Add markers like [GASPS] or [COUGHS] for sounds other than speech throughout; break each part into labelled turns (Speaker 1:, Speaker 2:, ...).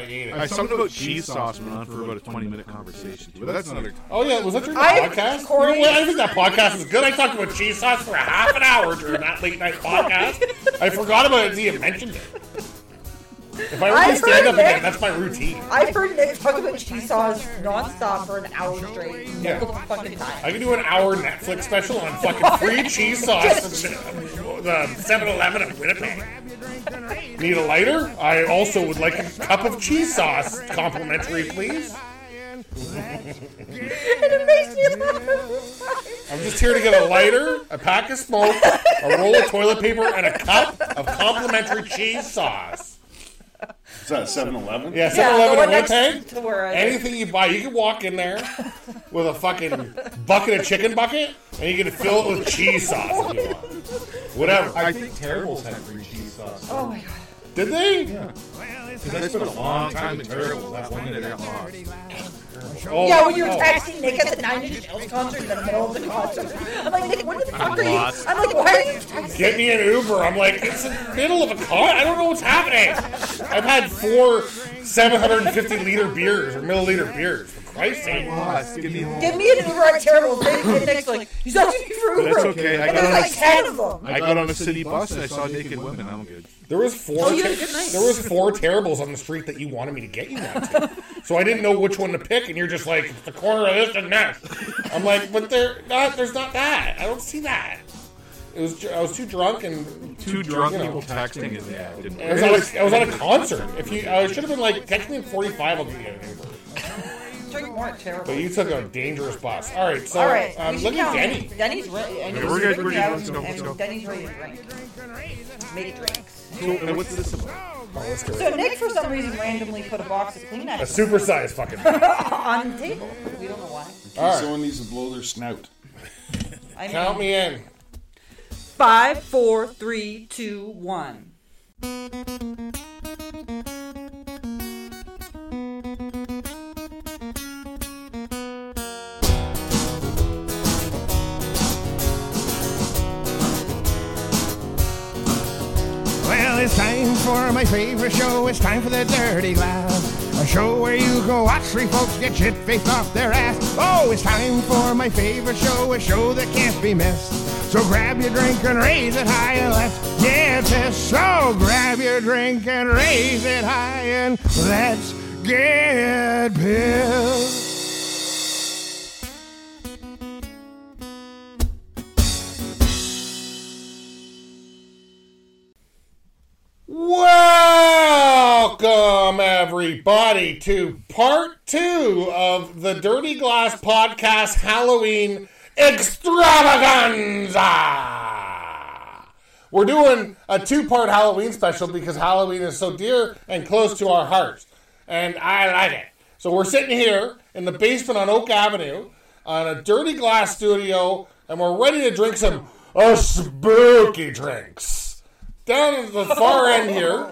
Speaker 1: fucking eat
Speaker 2: I
Speaker 1: it.
Speaker 3: Alright.
Speaker 2: something about cheese sauce went on for about a 20 minute conversation, too, but that's another time.
Speaker 1: Oh yeah, was that your
Speaker 4: I-
Speaker 1: podcast?
Speaker 4: Corey-
Speaker 1: No way, I think that podcast is good. I talked about cheese sauce for a half an hour during that late
Speaker 4: [LAUGHS]
Speaker 1: night podcast. I forgot about it. until You mentioned it. If I
Speaker 4: I
Speaker 1: ever do stand up
Speaker 4: heard it.
Speaker 1: again, that's my routine.
Speaker 4: I've heard Nick talk about cheese sauce nonstop for an hour straight.
Speaker 1: Yeah.
Speaker 4: Multiple fucking
Speaker 1: I
Speaker 4: times.
Speaker 1: can do an hour Netflix special on fucking free cheese sauce from the 7 Eleven in Winnipeg. Need a lighter? I also would like a cup of cheese sauce. Complimentary, please.
Speaker 4: And [LAUGHS] it makes me laugh every time.
Speaker 1: I'm just here to get a lighter, a pack of smoke, a roll of toilet paper, and a cup of complimentary cheese sauce.
Speaker 3: Is that 7 Eleven?
Speaker 1: Yeah,
Speaker 4: Yeah,
Speaker 1: 7
Speaker 4: the
Speaker 1: Eleven
Speaker 4: one
Speaker 1: in
Speaker 4: next
Speaker 1: Winnipeg?
Speaker 4: to where I live.
Speaker 1: Anything you buy, you can walk in there with a fucking bucket of chicken bucket, and you can fill it with cheese sauce if you want. Whatever.
Speaker 2: I think Terrible's had free cheese sauce.
Speaker 4: Oh my god.
Speaker 1: Did they?
Speaker 2: Because I spent a long time in Terrible's. That's one that I got lost.
Speaker 1: Oh,
Speaker 4: Yeah, when you were
Speaker 1: oh.
Speaker 4: texting Nick at the Nine Inch Nails concert in the middle of the concert, I'm like, Nick, what the fuck are you?
Speaker 2: lost.
Speaker 4: I'm like, why are you texting?
Speaker 1: Get me an Uber. I'm like, it's in the middle of a car. I don't know what's happening. I've had four 750 liter beers or milliliter beers. For Christ's sake.
Speaker 2: Lost. Give me
Speaker 4: Give me an Uber at Terrible. Nick, and Nick's like, he's asking me for Uber.
Speaker 2: That's okay, I
Speaker 4: And
Speaker 2: got
Speaker 4: there's
Speaker 2: on a-
Speaker 4: like ten of them.
Speaker 2: I got on a city bus and I saw naked women. I'm good.
Speaker 1: There was four.
Speaker 4: Oh, you had a
Speaker 1: ter-
Speaker 4: good night.
Speaker 1: there was four terribles on the street that you wanted me to get you one to. so I didn't know which one to pick, and you're just like it's the corner of this and that. I'm like, but there, not, there's not that. I don't see that. It was I was too drunk and
Speaker 2: Two drunk
Speaker 1: you know.
Speaker 2: people texting and yeah, it didn't
Speaker 1: I was,
Speaker 2: work.
Speaker 1: on a, I was on a concert. If you, I should have been like, text me in 45, I'll give you an Uber.
Speaker 4: Drink more at Terrible.
Speaker 1: But you took a dangerous bus. All right, so
Speaker 4: All right,
Speaker 1: um,
Speaker 4: we should
Speaker 1: look at
Speaker 4: count.
Speaker 1: Denny.
Speaker 4: Denny's ready. and
Speaker 2: Yeah,
Speaker 4: he's
Speaker 2: we're good,
Speaker 4: drinking
Speaker 2: we're good,
Speaker 4: out,
Speaker 2: let's go, let's
Speaker 4: and
Speaker 2: go.
Speaker 4: Denny's ready to drink. Make drinks.
Speaker 2: So, and what's this about?
Speaker 4: So Nick, for some reason, randomly put a box of
Speaker 1: A
Speaker 4: Kleenex
Speaker 1: supersized fucking. All
Speaker 4: on the table. We don't know why.
Speaker 1: right,
Speaker 3: Someone needs to blow their snout.
Speaker 4: I mean,
Speaker 1: count me in.
Speaker 4: Five, four, three, two, one.
Speaker 5: Well, it's time for my favorite show. It's time for the Dirty Laugh, a show where you go watch three folks get shit faced off their ass. Oh, it's time for my favorite show, a show that can't be missed. So grab your drink and raise it high and let's get this. So grab your drink and raise it high and let's get pissed.
Speaker 1: Welcome, everybody, to part two of the Dirty Glass Podcast Halloween Extravaganza. We're doing a two part Halloween special because Halloween is so dear and close to our hearts, and I like it. So, we're sitting here in the basement on Oak Avenue on a dirty glass studio, and we're ready to drink some uh, spooky drinks down at the far end here,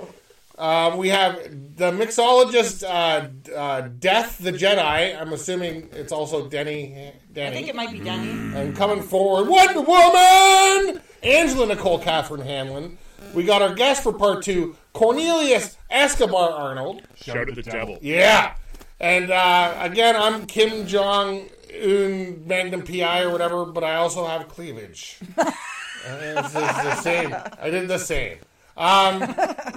Speaker 1: uh, we have the mixologist uh, uh, Death the Jedi. I'm assuming it's also Denny.
Speaker 4: I think
Speaker 1: Denny.
Speaker 4: it might be Denny.
Speaker 1: And coming forward, Wonder Woman, Angela Nicole Catherine Hanlon. We got our guest for part two, Cornelius Escobar Arnold.
Speaker 2: Shout at the devil.
Speaker 1: Yeah. And uh, again, I'm Kim Jong Un Magnum PI or whatever, but I also have cleavage. Uh, it's, it's the same. I did the same. Um,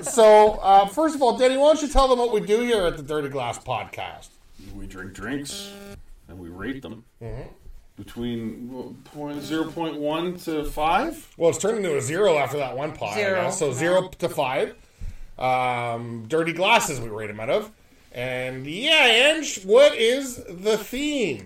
Speaker 1: so, uh, first of all, Danny, why don't you tell them what we do here at the Dirty Glass Podcast?
Speaker 3: We drink drinks and we rate them. Between well, point zero point one to 5.
Speaker 1: Well, it's turned into a zero after that one pod. I
Speaker 4: Zero.
Speaker 1: guess. So zero to five. Um, dirty glasses we rate them out of. And yeah, Ange, what is the theme?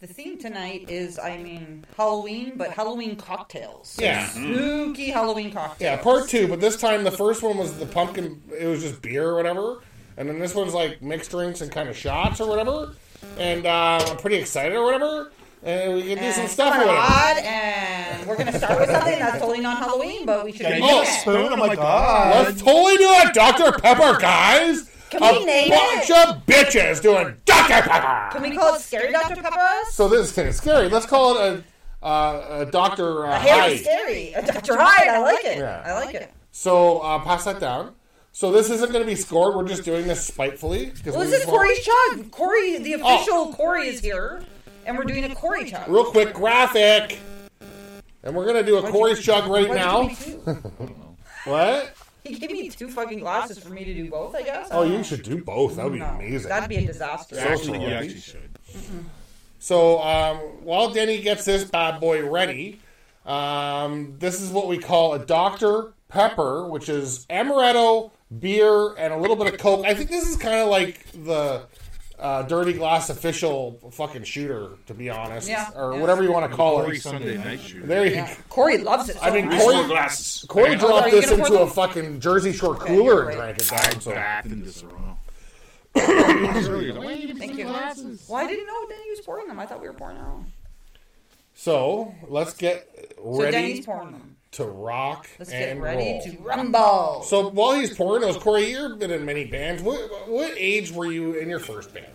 Speaker 4: The theme tonight is, I mean, Halloween, but Halloween cocktails.
Speaker 1: Yeah.
Speaker 4: Spooky Halloween cocktails.
Speaker 1: Yeah, part two, but this time the first one was the pumpkin. It was just beer or whatever, and then this one's like mixed drinks and kind of shots or whatever. And uh, I'm pretty excited or whatever, and we can do some
Speaker 4: And
Speaker 1: stuff or
Speaker 4: kinda
Speaker 1: whatever.
Speaker 4: odd, and we're gonna start with something that's totally not Halloween, but we should. do
Speaker 1: Oh,
Speaker 4: it.
Speaker 5: Oh my god.
Speaker 1: Let's totally do a Dr Pepper, guys.
Speaker 4: Can
Speaker 1: a
Speaker 4: we name
Speaker 1: bunch
Speaker 4: it?
Speaker 1: of bitches doing Dr Pepper.
Speaker 4: Can we call it Scary Dr. Pepper's?
Speaker 1: So this is kind of scary. Let's call it a, uh, a Dr uh,
Speaker 4: Harry
Speaker 1: Hyde.
Speaker 4: Scary. Dr. Hyde, I like it.
Speaker 1: Yeah.
Speaker 4: I like it.
Speaker 1: So uh, pass that down. So this isn't going to be scored. We're just doing this spitefully. 'cause
Speaker 4: Well,
Speaker 1: we
Speaker 4: this is
Speaker 1: want-
Speaker 4: Corey's chug. Corey, the official Corey is here, and we're doing a Corey chug.
Speaker 1: Real quick graphic. And we're going to do a Corey's chug right
Speaker 4: Why did you
Speaker 1: now.
Speaker 4: give me two?
Speaker 1: What?
Speaker 4: He gave me two fucking glasses for me to do both, I guess.
Speaker 1: Oh, you should do both. That would be
Speaker 4: No,
Speaker 1: amazing.
Speaker 4: That'd be a disaster.
Speaker 1: So-
Speaker 2: Actually, you actually should.
Speaker 1: So um, while Denny gets this bad boy ready, um, this is what we call a Dr. Pepper, which is amaretto, beer, and a little bit of Coke. I think this is kind of like the uh, Dirty Glass official fucking shooter, to be honest,
Speaker 4: Yeah.
Speaker 1: or
Speaker 4: Yeah.
Speaker 1: whatever you want to call
Speaker 2: Every
Speaker 1: it.
Speaker 2: Sunday night shoot.
Speaker 1: There you
Speaker 4: Yeah. Corey loves it. So
Speaker 1: I mean,
Speaker 4: much.
Speaker 1: Corey-
Speaker 3: Four glasses.
Speaker 1: Corey
Speaker 4: Are
Speaker 1: dropped
Speaker 4: you
Speaker 1: this
Speaker 4: gonna
Speaker 1: into
Speaker 4: pour
Speaker 1: a
Speaker 4: the-
Speaker 1: fucking Jersey Shore cooler and
Speaker 4: you're right.
Speaker 1: drank it down. So
Speaker 2: Bath in this room.
Speaker 4: Thank you. Well, I didn't know Denny was pouring them. I thought we were pouring out.
Speaker 1: So let's get
Speaker 4: So
Speaker 1: ready
Speaker 4: Denny's pouring them.
Speaker 1: to rock
Speaker 4: Let's
Speaker 1: and
Speaker 4: get ready
Speaker 1: roll.
Speaker 4: to rumble.
Speaker 1: So while he's pouring those, Corey, you've been in many bands. What, what age were you in your first band?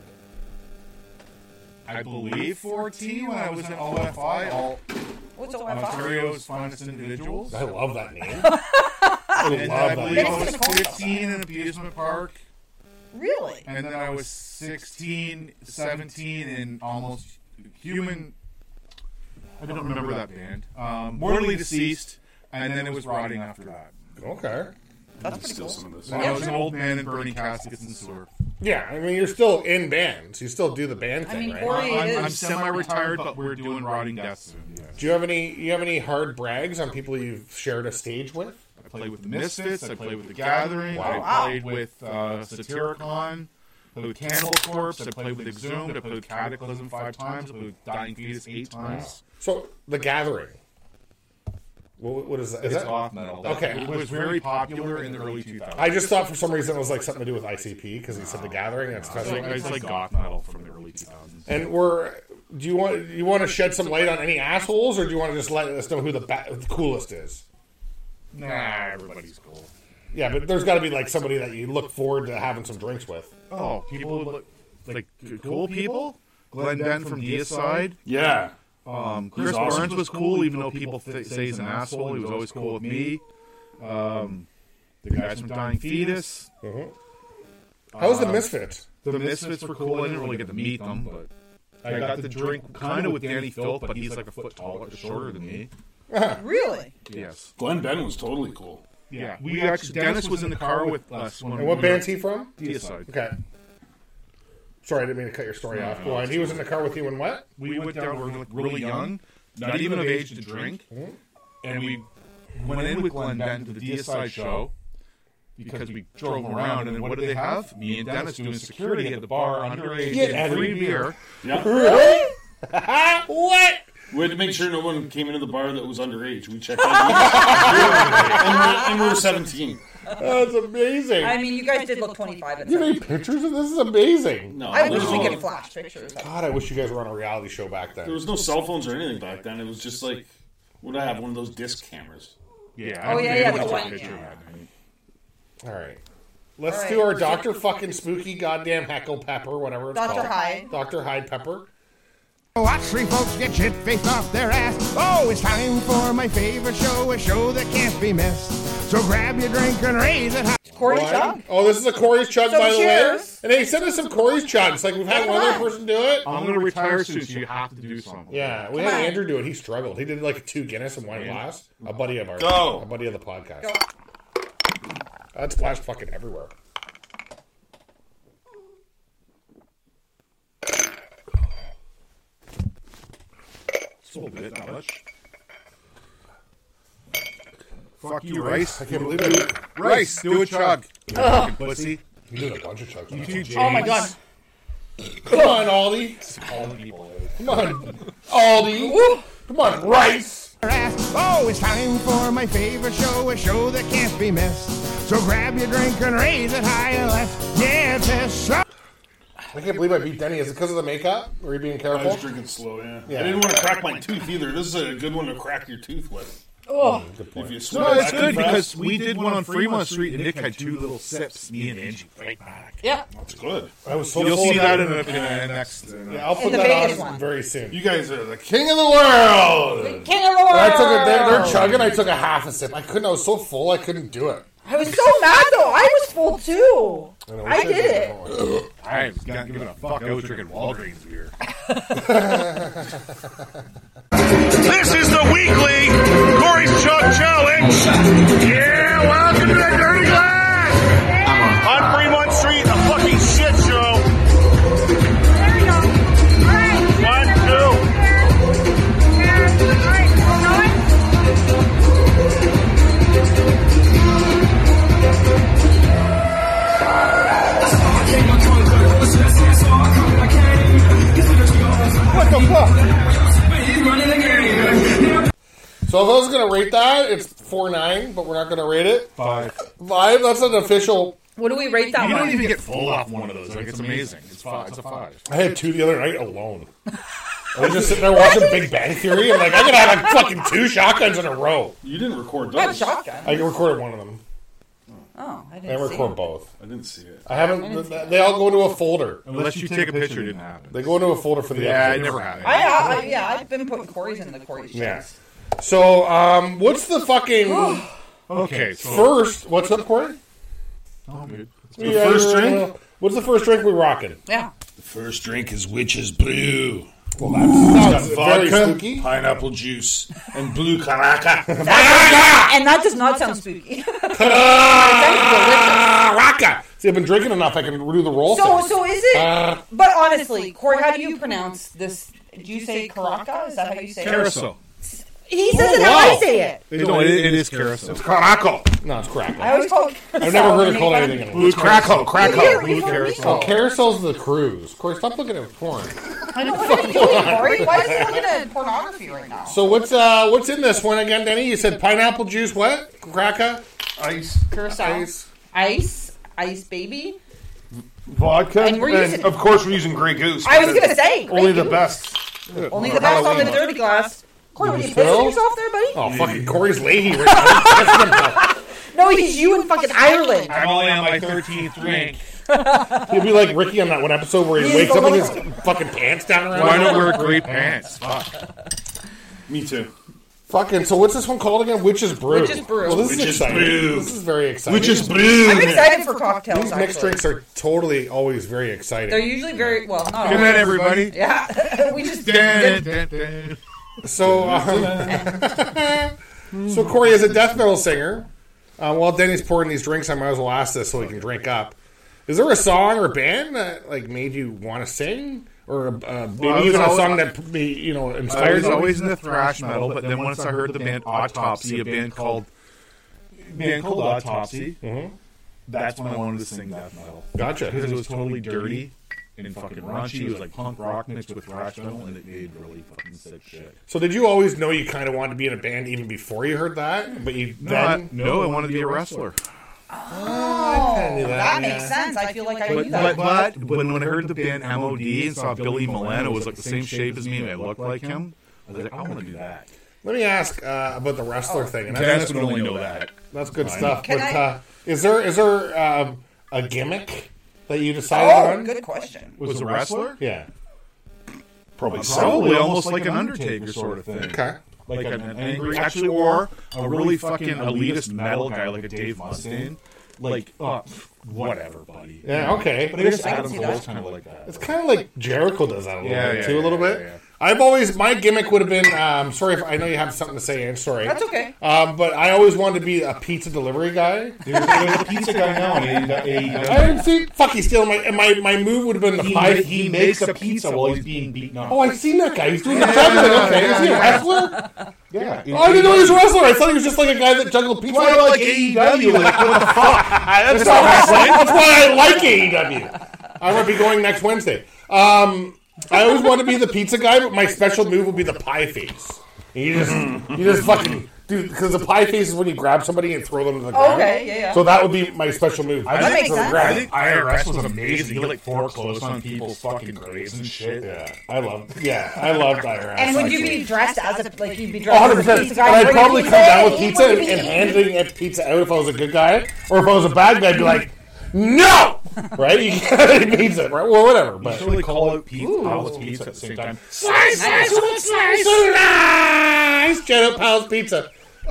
Speaker 2: I believe 14 when I was in OFI, all
Speaker 4: What's a Wi-Fi?
Speaker 2: Ontario's finest individuals.
Speaker 1: I love that
Speaker 4: [LAUGHS]
Speaker 1: name. I
Speaker 2: And
Speaker 1: love that
Speaker 2: I believe
Speaker 1: name.
Speaker 2: I was 15 in Abusement Park,
Speaker 4: Really?
Speaker 2: and then I was 16, 17 in almost human. I don't remember that band. Um, mortally deceased, and then it was rotting after that.
Speaker 1: Okay.
Speaker 4: That's pretty
Speaker 3: Still
Speaker 4: cool.
Speaker 3: some of this.
Speaker 2: When I was an old man in burning caskets and sewer.
Speaker 1: Yeah, I mean, you're still in bands. You still do the band
Speaker 4: I
Speaker 1: thing,
Speaker 4: mean,
Speaker 1: right?
Speaker 4: Corey-
Speaker 2: I'm, I'm
Speaker 4: is-
Speaker 2: semi-retired, but we're doing rotting death soon. Yes.
Speaker 1: do you have any? You have any hard brags on people you've shared a stage with?
Speaker 2: I played with the Misfits. I played with the Gathering.
Speaker 4: Wow.
Speaker 2: I played with uh, Satyricon. Played with Cannibal Corpse. I played with Exhumed. I played with Cataclysm five times. I played with Dying Fetus eight times.
Speaker 1: So the Gathering. What, what is that? Is
Speaker 2: It's
Speaker 1: that
Speaker 2: off metal. That-
Speaker 1: Okay.
Speaker 2: it was very popular in the early 2000s.
Speaker 1: I just thought for some reason it was like something to do with ICP because he said
Speaker 2: Oh.
Speaker 1: the Gathering. That's
Speaker 2: It's like, it's like goth metal from the early 2000s.
Speaker 1: And we're do you want you want to shed some light on any assholes, or do you want to just let us know who the, ba- the coolest is?
Speaker 2: Nah, everybody's cool.
Speaker 1: Yeah, but there's got to be like somebody that you look forward to having some drinks with.
Speaker 2: Oh, people who look like cool people. Glenn Den from Deicide.
Speaker 3: Yeah.
Speaker 2: Um, Chris
Speaker 3: awesome.
Speaker 2: Barnes was cool, even though people th- say he's an asshole. He was always cool with me. Um, the guys from Dying Fetus,
Speaker 1: How's Mm-hmm.
Speaker 2: Um,
Speaker 1: the Misfits?
Speaker 2: the Misfits were cool. I didn't really get to meet them, but I got to drink kind of with Danny Philp, but he's like a foot taller, shorter than me.
Speaker 4: Really?
Speaker 2: Yes.
Speaker 3: Glenn Ben was totally cool.
Speaker 2: Yeah. We actually Dennis was in the car with us when
Speaker 1: And what band's he from?
Speaker 2: Deicide.
Speaker 1: Okay. Sorry, I didn't mean to cut your story off. Go on. He was in the car with you and what?
Speaker 2: we went down, we were really young, not even of age to drink, and we went in with Glenn Benton to the DSI show because we drove around. And then what did they have? Me and Dennis doing security at the bar underage,
Speaker 1: Get
Speaker 2: and
Speaker 1: out of
Speaker 2: free
Speaker 1: here.
Speaker 2: beer.
Speaker 3: Yeah.
Speaker 1: [LAUGHS] what?
Speaker 3: We had to make sure no one came into the bar that was underage. We checked out. and, we were, and we were 17.
Speaker 1: That's amazing.
Speaker 4: I mean, you guys did look 25 at
Speaker 1: you
Speaker 4: the
Speaker 1: made pictures of this? Is amazing.
Speaker 3: No,
Speaker 4: I
Speaker 3: there
Speaker 4: wish
Speaker 3: was
Speaker 4: we
Speaker 3: Oh, no-
Speaker 4: could flash pictures.
Speaker 1: God, I wish you guys were on a reality show back
Speaker 3: There
Speaker 1: then.
Speaker 3: was no cell phones or anything back then. It was just like, would I have one of those disc cameras?
Speaker 2: Yeah.
Speaker 4: Oh,
Speaker 2: I
Speaker 4: yeah,
Speaker 2: really
Speaker 4: yeah,
Speaker 2: took
Speaker 4: the
Speaker 2: a
Speaker 4: one-
Speaker 2: picture of
Speaker 4: yeah.
Speaker 2: that night.
Speaker 1: All right. Let's
Speaker 4: All right.
Speaker 1: do our Dr. fucking spooky goddamn heckle pepper, whatever it's
Speaker 4: Dr.
Speaker 1: called.
Speaker 4: Hyde.
Speaker 1: Dr. Hyde pepper.
Speaker 5: Oh, Watch three folks get shit faced off their ass. Oh, it's time for my favorite show, a show that can't be missed. So grab your drink and raise it high.
Speaker 4: Corey
Speaker 1: What?
Speaker 4: chug?
Speaker 1: Oh, this is a Corey's chug,
Speaker 4: So
Speaker 1: by the way.
Speaker 4: cheers.
Speaker 1: And they sent us some Corey's chugs. Like we've had
Speaker 4: Come
Speaker 1: one other
Speaker 4: on.
Speaker 1: person do it.
Speaker 2: I'm going to retire soon, so you have to do something.
Speaker 1: Yeah, we
Speaker 4: Come
Speaker 1: had
Speaker 4: on.
Speaker 1: Andrew do it. He struggled. He did like two Guinness and one glass. A buddy of ours.
Speaker 3: Go.
Speaker 1: A buddy of the podcast.
Speaker 4: Go.
Speaker 1: That splashed fucking everywhere.
Speaker 2: It's a little bit, not much. Fuck you,
Speaker 1: I
Speaker 2: Rice.
Speaker 1: can't believe it.
Speaker 2: Rice, do a chug. You fucking pussy.
Speaker 1: You did a bunch of chugs.
Speaker 2: You two
Speaker 4: Oh my
Speaker 2: James.
Speaker 4: god.
Speaker 1: Come on, Aldi. Come on, Aldi. Come on, Rice.
Speaker 5: their ass. Oh, it's time for my favorite show, a show that can't be missed. So grab your drink and raise it high and let's get this show.
Speaker 1: I can't believe I beat Denny. Is it because of the makeup? Were you being
Speaker 3: I was
Speaker 1: careful?
Speaker 3: drinking slow, yeah.
Speaker 1: Yeah.
Speaker 3: I didn't want to crack my tooth either. This is a good one to crack your tooth with.
Speaker 1: Good
Speaker 3: If you
Speaker 1: point.
Speaker 3: swim
Speaker 2: No,
Speaker 3: it
Speaker 2: it's
Speaker 3: back
Speaker 2: good
Speaker 3: and fast,
Speaker 2: because we did one on Fremont Street, and Nick had two little sips. Me and Angie right back.
Speaker 4: Yeah.
Speaker 3: that's good.
Speaker 1: I was so
Speaker 2: You'll
Speaker 1: full
Speaker 2: see
Speaker 1: of
Speaker 2: that in a, in a next. Uh,
Speaker 1: Yeah, I'll put
Speaker 4: In the
Speaker 1: that on
Speaker 4: Vegas one.
Speaker 1: very soon.
Speaker 3: You guys are the king of the world.
Speaker 4: King of the world.
Speaker 1: I took a, they're, they're chugging. I took a half a sip. I couldn't. I was so full. I couldn't do it.
Speaker 4: I was was so mad though. I was full too.
Speaker 1: I, know,
Speaker 4: I
Speaker 1: we should
Speaker 4: did
Speaker 1: do
Speaker 4: it.
Speaker 1: that one.
Speaker 2: I was not giving a fuck. I was drinking Walgreens beer.
Speaker 6: This is the weekly Corey's Chalk Challenge. Yeah, welcome to the Dirty Glass. On Fremont Street, a fucking shit show.
Speaker 7: There we go. All right.
Speaker 6: One, two.
Speaker 7: And, all right, hold on.
Speaker 1: So if I was gonna rate that, it's four nine, but we're not gonna rate it.
Speaker 2: Five.
Speaker 1: Five, that's an official
Speaker 4: What do we rate that
Speaker 2: You
Speaker 4: one?
Speaker 2: don't even get full off one of those. Like it's amazing. It's five. It's a five.
Speaker 1: I had two the other night alone. I was just sitting
Speaker 4: [LAUGHS]
Speaker 1: there watching Big Bang Theory. I'm like, I could have like fucking two shotguns in a row.
Speaker 3: You didn't record
Speaker 4: I got
Speaker 3: those. I
Speaker 4: shotgun.
Speaker 1: I recorded one of them.
Speaker 4: Oh, I
Speaker 1: I
Speaker 4: didn't see.
Speaker 1: record both.
Speaker 3: didn't see it.
Speaker 1: I haven't. they all go into a folder.
Speaker 2: Unless you take a picture, it didn't happen.
Speaker 1: They go into a folder for the
Speaker 2: Yeah, I
Speaker 1: episode.
Speaker 2: never had it.
Speaker 4: I, uh, I, I, yeah, I've been putting Corey's in the Corey's.
Speaker 1: Yeah.
Speaker 4: shows.
Speaker 1: So, um, what's the
Speaker 4: [GASPS]
Speaker 1: fucking
Speaker 2: Okay, so
Speaker 1: first? What's up, Corey?
Speaker 3: The first drink?
Speaker 1: What's the first drink we
Speaker 4: [LAUGHS]
Speaker 1: rocking?
Speaker 4: Yeah.
Speaker 6: First drink is Witch's Brew.
Speaker 1: Sounds very
Speaker 6: Vodka,
Speaker 1: spooky.
Speaker 6: pineapple juice, and blue caraca.
Speaker 4: And that does not sound spooky.
Speaker 1: Rocka. See, I've been drinking enough. I can do the roll.
Speaker 4: so,
Speaker 1: thing.
Speaker 4: so is it?
Speaker 1: Uh,
Speaker 4: but honestly, Corey, how do you pronounce this? Do you say Caraca? Is that how you say it?
Speaker 2: carousel.
Speaker 4: He says it
Speaker 1: wow.
Speaker 4: how I say it.
Speaker 2: No, it, it is carousel.
Speaker 1: Caraco. No, it's crackle.
Speaker 4: I always call it
Speaker 1: I've never heard it called
Speaker 4: [LAUGHS]
Speaker 1: anything. else.
Speaker 2: Blue crackle, crackle.
Speaker 4: You're-
Speaker 2: Blue
Speaker 4: you're
Speaker 2: carousel.
Speaker 1: Carousel's the cruise. Corey, stop looking at
Speaker 4: [LAUGHS]
Speaker 1: porn.
Speaker 4: I know what are you doing, Corey? Why is he looking at pornography right now?
Speaker 1: So what's uh what's in this one again, Danny? You said pineapple juice, what? Cracker?
Speaker 2: Ice.
Speaker 4: Curacao. Ice. Ice. baby.
Speaker 2: Vodka.
Speaker 4: And we're using-
Speaker 2: of course, we're using Grey Goose.
Speaker 4: I was gonna say
Speaker 2: Only the
Speaker 4: Grey
Speaker 2: best.
Speaker 4: Only the best on the dirty glass. Corey, what are you pissing yourself there, buddy?
Speaker 1: Oh fucking Corey's Leahy right now.
Speaker 4: No, he's you in fucking Ireland.
Speaker 2: I'm only on [LAUGHS] my 13th drink.
Speaker 1: He'll be like Ricky on that one episode where he
Speaker 4: He's
Speaker 1: wakes
Speaker 4: the
Speaker 1: up with his fucking pants down around.
Speaker 2: Why
Speaker 1: his-
Speaker 2: not wear [LAUGHS] gray pants? Fuck.
Speaker 3: Me too.
Speaker 1: Fucking so what's this one called again? Witch's Brew.
Speaker 4: Witch's Brew.
Speaker 1: Well this is
Speaker 6: Witch's
Speaker 1: exciting.
Speaker 6: Brew.
Speaker 1: This is very exciting.
Speaker 6: Witch's Brew.
Speaker 4: I'm excited for cocktails.
Speaker 1: these
Speaker 4: actually.
Speaker 1: mixed drinks are totally always very exciting.
Speaker 4: They're usually very well. Not
Speaker 2: Good
Speaker 4: always.
Speaker 2: night, everybody.
Speaker 4: Yeah, [LAUGHS] we just
Speaker 2: Dun, dun, dun.
Speaker 1: So, um, [LAUGHS] so Corey is a death metal singer. Uh, while Denny's pouring these drinks, I might as well ask this so he can drink up. Is there a song or band that like made you want to sing, or uh, maybe
Speaker 2: I was
Speaker 1: even a
Speaker 2: always-
Speaker 1: song that you know
Speaker 2: I
Speaker 1: inspired
Speaker 2: was
Speaker 1: you?
Speaker 2: Uh, always into thrash metal, but then once I heard the band Autopsy, a band called band called Mm-hmm. Autopsy, that's when I wanted to sing death metal because
Speaker 1: Gotcha.
Speaker 2: it was totally dirty and fucking raunchy. It was like punk rock mixed with thrash metal, and it made really fucking sick shit.
Speaker 1: So did you always know you kind of wanted to be in a band even before you heard that? But you then
Speaker 2: no, I wanted to be a wrestler.
Speaker 4: That makes sense. I feel like I
Speaker 2: But
Speaker 4: knew
Speaker 2: but,
Speaker 4: that.
Speaker 2: but when, when I heard the band MOD and saw Billy Milano was like the same shape as me and I looked like him, I was like, I want to do that.
Speaker 1: let me ask uh, about the wrestler thing. And
Speaker 2: Dennis would only know that.
Speaker 1: That's good stuff.
Speaker 4: Oh, Can
Speaker 1: but
Speaker 4: I-
Speaker 1: uh, is there is there um, a gimmick that you decided
Speaker 4: Oh,
Speaker 1: on?
Speaker 4: good question.
Speaker 2: Was a wrestler?
Speaker 1: Yeah.
Speaker 2: Probably, probably almost like an Undertaker sort of thing.
Speaker 1: Okay.
Speaker 2: Like an, an angry, actually, or a really fucking elitist metal guy like a Dave Mustaine. Like, uh, whatever, buddy.
Speaker 1: Yeah. Okay.
Speaker 2: But I guess
Speaker 4: I can
Speaker 2: Adam
Speaker 4: see
Speaker 2: Cole's
Speaker 4: that.
Speaker 2: kind of like that.
Speaker 1: It's kind of like Jericho does that a little
Speaker 2: Yeah,
Speaker 1: bit
Speaker 2: yeah,
Speaker 1: too, a
Speaker 2: yeah,
Speaker 1: little
Speaker 2: yeah,
Speaker 1: bit.
Speaker 2: yeah.
Speaker 1: I've always my gimmick would have been. Um, sorry if I know you have something to say, and sorry.
Speaker 4: That's okay.
Speaker 1: Um, but I always wanted to be a pizza delivery guy.
Speaker 2: There's, there's a pizza guy now in
Speaker 1: I
Speaker 2: AEW.
Speaker 1: didn't see. Fuck, he's stealing my and my my move would have been the five.
Speaker 2: He makes a pizza while he's being beaten up.
Speaker 1: Oh, I've seen that guy. He's doing the juggling. Okay, is he a wrestler?
Speaker 2: yeah.
Speaker 1: Oh, I didn't know he was a wrestler. I thought he was just like a guy that juggled pizza.
Speaker 2: Why like AEW? Like, what the
Speaker 1: [LAUGHS]
Speaker 2: fuck?
Speaker 1: That's, not wrestling. That's why I like AEW. I would be going next Wednesday. Um, I always want to be the pizza guy, but my special move would be the pie face. You just, you just fucking dude, because the pie face is when you grab somebody and throw them to the ground.
Speaker 4: Okay, yeah, yeah.
Speaker 1: So that would be my special move.
Speaker 4: That makes sense.
Speaker 2: I think IRS was amazing. He like foreclosed on people's fucking graves and shit.
Speaker 1: yeah, I love. Yeah, I loved IRS.
Speaker 4: And would you be dressed as a like you'd be dressed
Speaker 1: Oh, hundred
Speaker 4: as a
Speaker 1: percent?
Speaker 4: pizza
Speaker 1: And
Speaker 4: guy?
Speaker 1: I'd
Speaker 4: bringing
Speaker 1: probably come down with
Speaker 4: in,
Speaker 1: pizza and,
Speaker 4: bringing
Speaker 1: and
Speaker 4: in.
Speaker 1: handing that pizza out if I was a good guy, or if I was a bad guy, I'd be like, no, right? You [LAUGHS] can't eat pizza, right? Well, whatever. But
Speaker 2: Really call out pizza, Paula's pizza at the same time.
Speaker 1: Slice, slice, slice, slice, slice. Shadow Pals Pizza.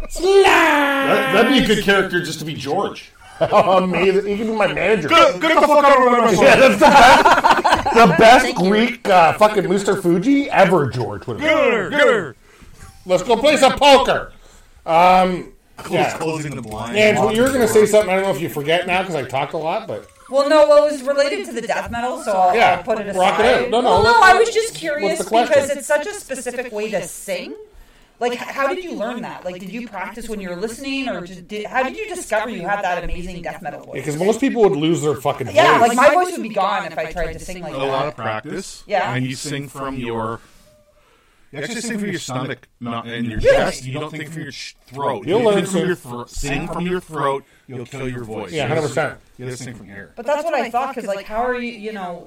Speaker 1: Slice.
Speaker 3: That, would be a good character just to be George.
Speaker 1: Amazing. You can be [LAUGHS] my manager.
Speaker 2: Get, get the fuck out of my
Speaker 1: [LAUGHS] Yeah, that's
Speaker 2: restaurant.
Speaker 1: the best, the best
Speaker 8: Thank you.
Speaker 1: Greek uh, fucking Mr. Fuji ever, George. Would have
Speaker 2: Get
Speaker 1: been.
Speaker 2: her, get her.
Speaker 1: Let's go play some poker.
Speaker 2: Close, closing the blind.
Speaker 1: And you were going to say something. I don't know if you forget now because I talked a lot, but
Speaker 4: Well, no, well, it was related to the death metal, so I'll,
Speaker 1: Yeah,
Speaker 4: I'll put it aside.
Speaker 1: rock it out. No, no,
Speaker 4: Well, no,
Speaker 1: let's-
Speaker 4: I was just curious
Speaker 1: what's the question?
Speaker 4: because it's such a specific way to sing. Like, h- how did you learn that? Like, did you practice when you were listening, or just did, how did you discover you had that amazing death metal voice?
Speaker 1: because most people would lose their fucking voice.
Speaker 4: Yeah, like my voice would be gone if I tried to sing like
Speaker 2: a lot
Speaker 4: that.
Speaker 2: of practice.
Speaker 4: Yeah.
Speaker 2: And you sing from your. You actually sing from your stomach, not in your
Speaker 4: Really?
Speaker 2: chest. You don't think from your sh- throat.
Speaker 1: You'll
Speaker 2: You
Speaker 1: learn
Speaker 2: think from
Speaker 1: to-
Speaker 2: your throat. Sing from your throat. You'll kill your voice.
Speaker 1: Yeah, 100%.
Speaker 2: You gotta sing from here.
Speaker 4: But that's what I thought, because like, how are you? You know,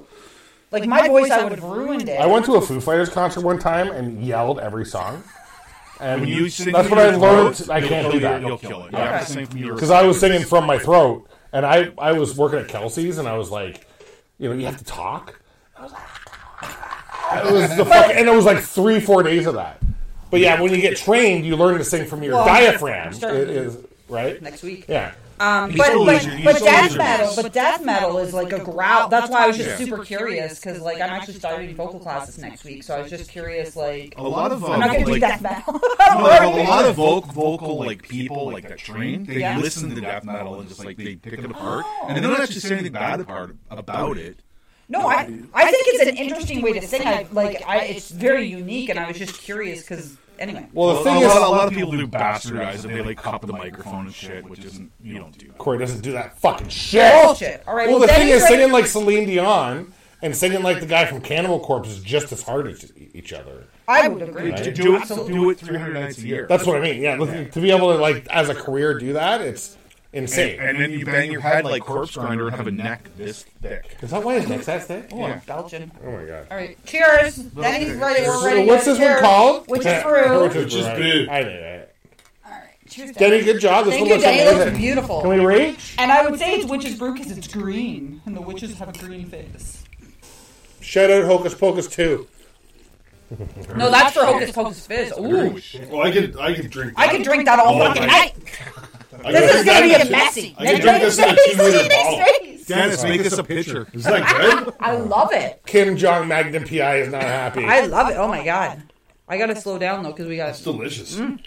Speaker 4: like my voice, I would have ruined it.
Speaker 1: I went to a Foo Fighters concert one time and yelled every song. And
Speaker 2: When you sing,
Speaker 1: that's
Speaker 2: from
Speaker 1: what I
Speaker 2: your
Speaker 1: learned.
Speaker 2: throat,
Speaker 1: I
Speaker 2: you'll
Speaker 1: can't
Speaker 2: kill
Speaker 1: do
Speaker 2: your-
Speaker 1: that.
Speaker 2: You'll kill it. You have to sing from your.
Speaker 1: because I was singing from my throat, and I, I was working at Kelsey's, and I was like, you know, you have to talk. I was like, [LAUGHS] it was the fuck, and it was like three, four days of that. But yeah, when you get trained, you learn to sing from your
Speaker 4: Well,
Speaker 1: diaphragm.
Speaker 4: I'm starting
Speaker 1: It is right.
Speaker 4: next week.
Speaker 1: Yeah,
Speaker 4: Um,
Speaker 2: You
Speaker 4: but
Speaker 2: still
Speaker 4: but,
Speaker 2: lose your- you
Speaker 4: but
Speaker 2: still lose
Speaker 4: death
Speaker 2: your
Speaker 4: metal,
Speaker 2: voice.
Speaker 4: but death metal is like a growl. That's why I was just
Speaker 2: Yeah.
Speaker 4: super curious because like I'm actually starting vocal classes next week, so I was just curious. Like
Speaker 2: A lot of.
Speaker 4: I'm not gonna
Speaker 2: um,
Speaker 4: do
Speaker 2: like-
Speaker 4: death metal. [LAUGHS]
Speaker 2: No, like, a lot of voc- vocal like people like that train they
Speaker 4: Yeah.
Speaker 2: listen to death metal and just like they pick it apart and they don't actually say anything bad apart about it.
Speaker 4: No, I I think it's an interesting way to sing. I like I it's very unique, and I was just curious because anyway.
Speaker 1: Well, the
Speaker 2: A,
Speaker 1: thing
Speaker 2: lot,
Speaker 1: is,
Speaker 2: a lot of people do bastardize and they like cup the microphone and shit, which isn't you don't do that.
Speaker 1: Corey doesn't do that fucking shit.
Speaker 4: Bullshit. All right,
Speaker 1: Well,
Speaker 4: well,
Speaker 1: the
Speaker 4: then
Speaker 1: thing
Speaker 4: he's
Speaker 1: is,
Speaker 4: ready-
Speaker 1: singing like Celine Dion and singing like the guy from Cannibal Corpse is just as hard as e- each other.
Speaker 4: I would agree.
Speaker 2: Do, do it do it 300 nights a year.
Speaker 1: That's what I mean. Yeah, to be able to like as a career do that, it's
Speaker 2: and,
Speaker 1: insane.
Speaker 2: and then you bang your head like corpse grinder and have a neck this thick.
Speaker 1: is that why his neck's that thick?
Speaker 2: Yeah.
Speaker 4: Belgian.
Speaker 1: Oh my god.
Speaker 4: All right, cheers. Then he's ready. We're
Speaker 1: So
Speaker 4: ready.
Speaker 1: what's
Speaker 4: to
Speaker 1: this one
Speaker 4: cheers.
Speaker 1: called?
Speaker 4: Which
Speaker 1: Yeah,
Speaker 4: is brew.
Speaker 1: Which is
Speaker 3: Brew.
Speaker 1: brew. I did it.
Speaker 4: Cheers,
Speaker 1: Denny,
Speaker 4: Dave.
Speaker 1: good job. This one
Speaker 4: Thank you,
Speaker 1: looks
Speaker 4: Dave. It looks
Speaker 1: amazing.
Speaker 4: beautiful.
Speaker 1: Can we reach?
Speaker 4: And I would say it's witch's brew because it's green, and the witches have a green face.
Speaker 1: Shout out Hocus Pocus 2.
Speaker 4: No, that's for Hocus Pocus Fizz. Ooh,
Speaker 3: Well, I could I could drink.
Speaker 4: I
Speaker 3: that.
Speaker 4: could drink that all
Speaker 3: Oh,
Speaker 4: fucking
Speaker 3: my-
Speaker 4: night.
Speaker 3: I
Speaker 4: This
Speaker 3: could
Speaker 4: is
Speaker 3: drink
Speaker 4: gonna be
Speaker 3: that
Speaker 4: a
Speaker 3: too.
Speaker 4: messy.
Speaker 3: I could drink this in a two liter bottle.
Speaker 2: Dennis, make us a picture.
Speaker 3: Is that good?
Speaker 4: I love it.
Speaker 1: Kim Jong Magnum PI is not happy.
Speaker 4: I love it. Oh my god. I gotta slow down though because we got.
Speaker 3: It's delicious.
Speaker 4: Mm.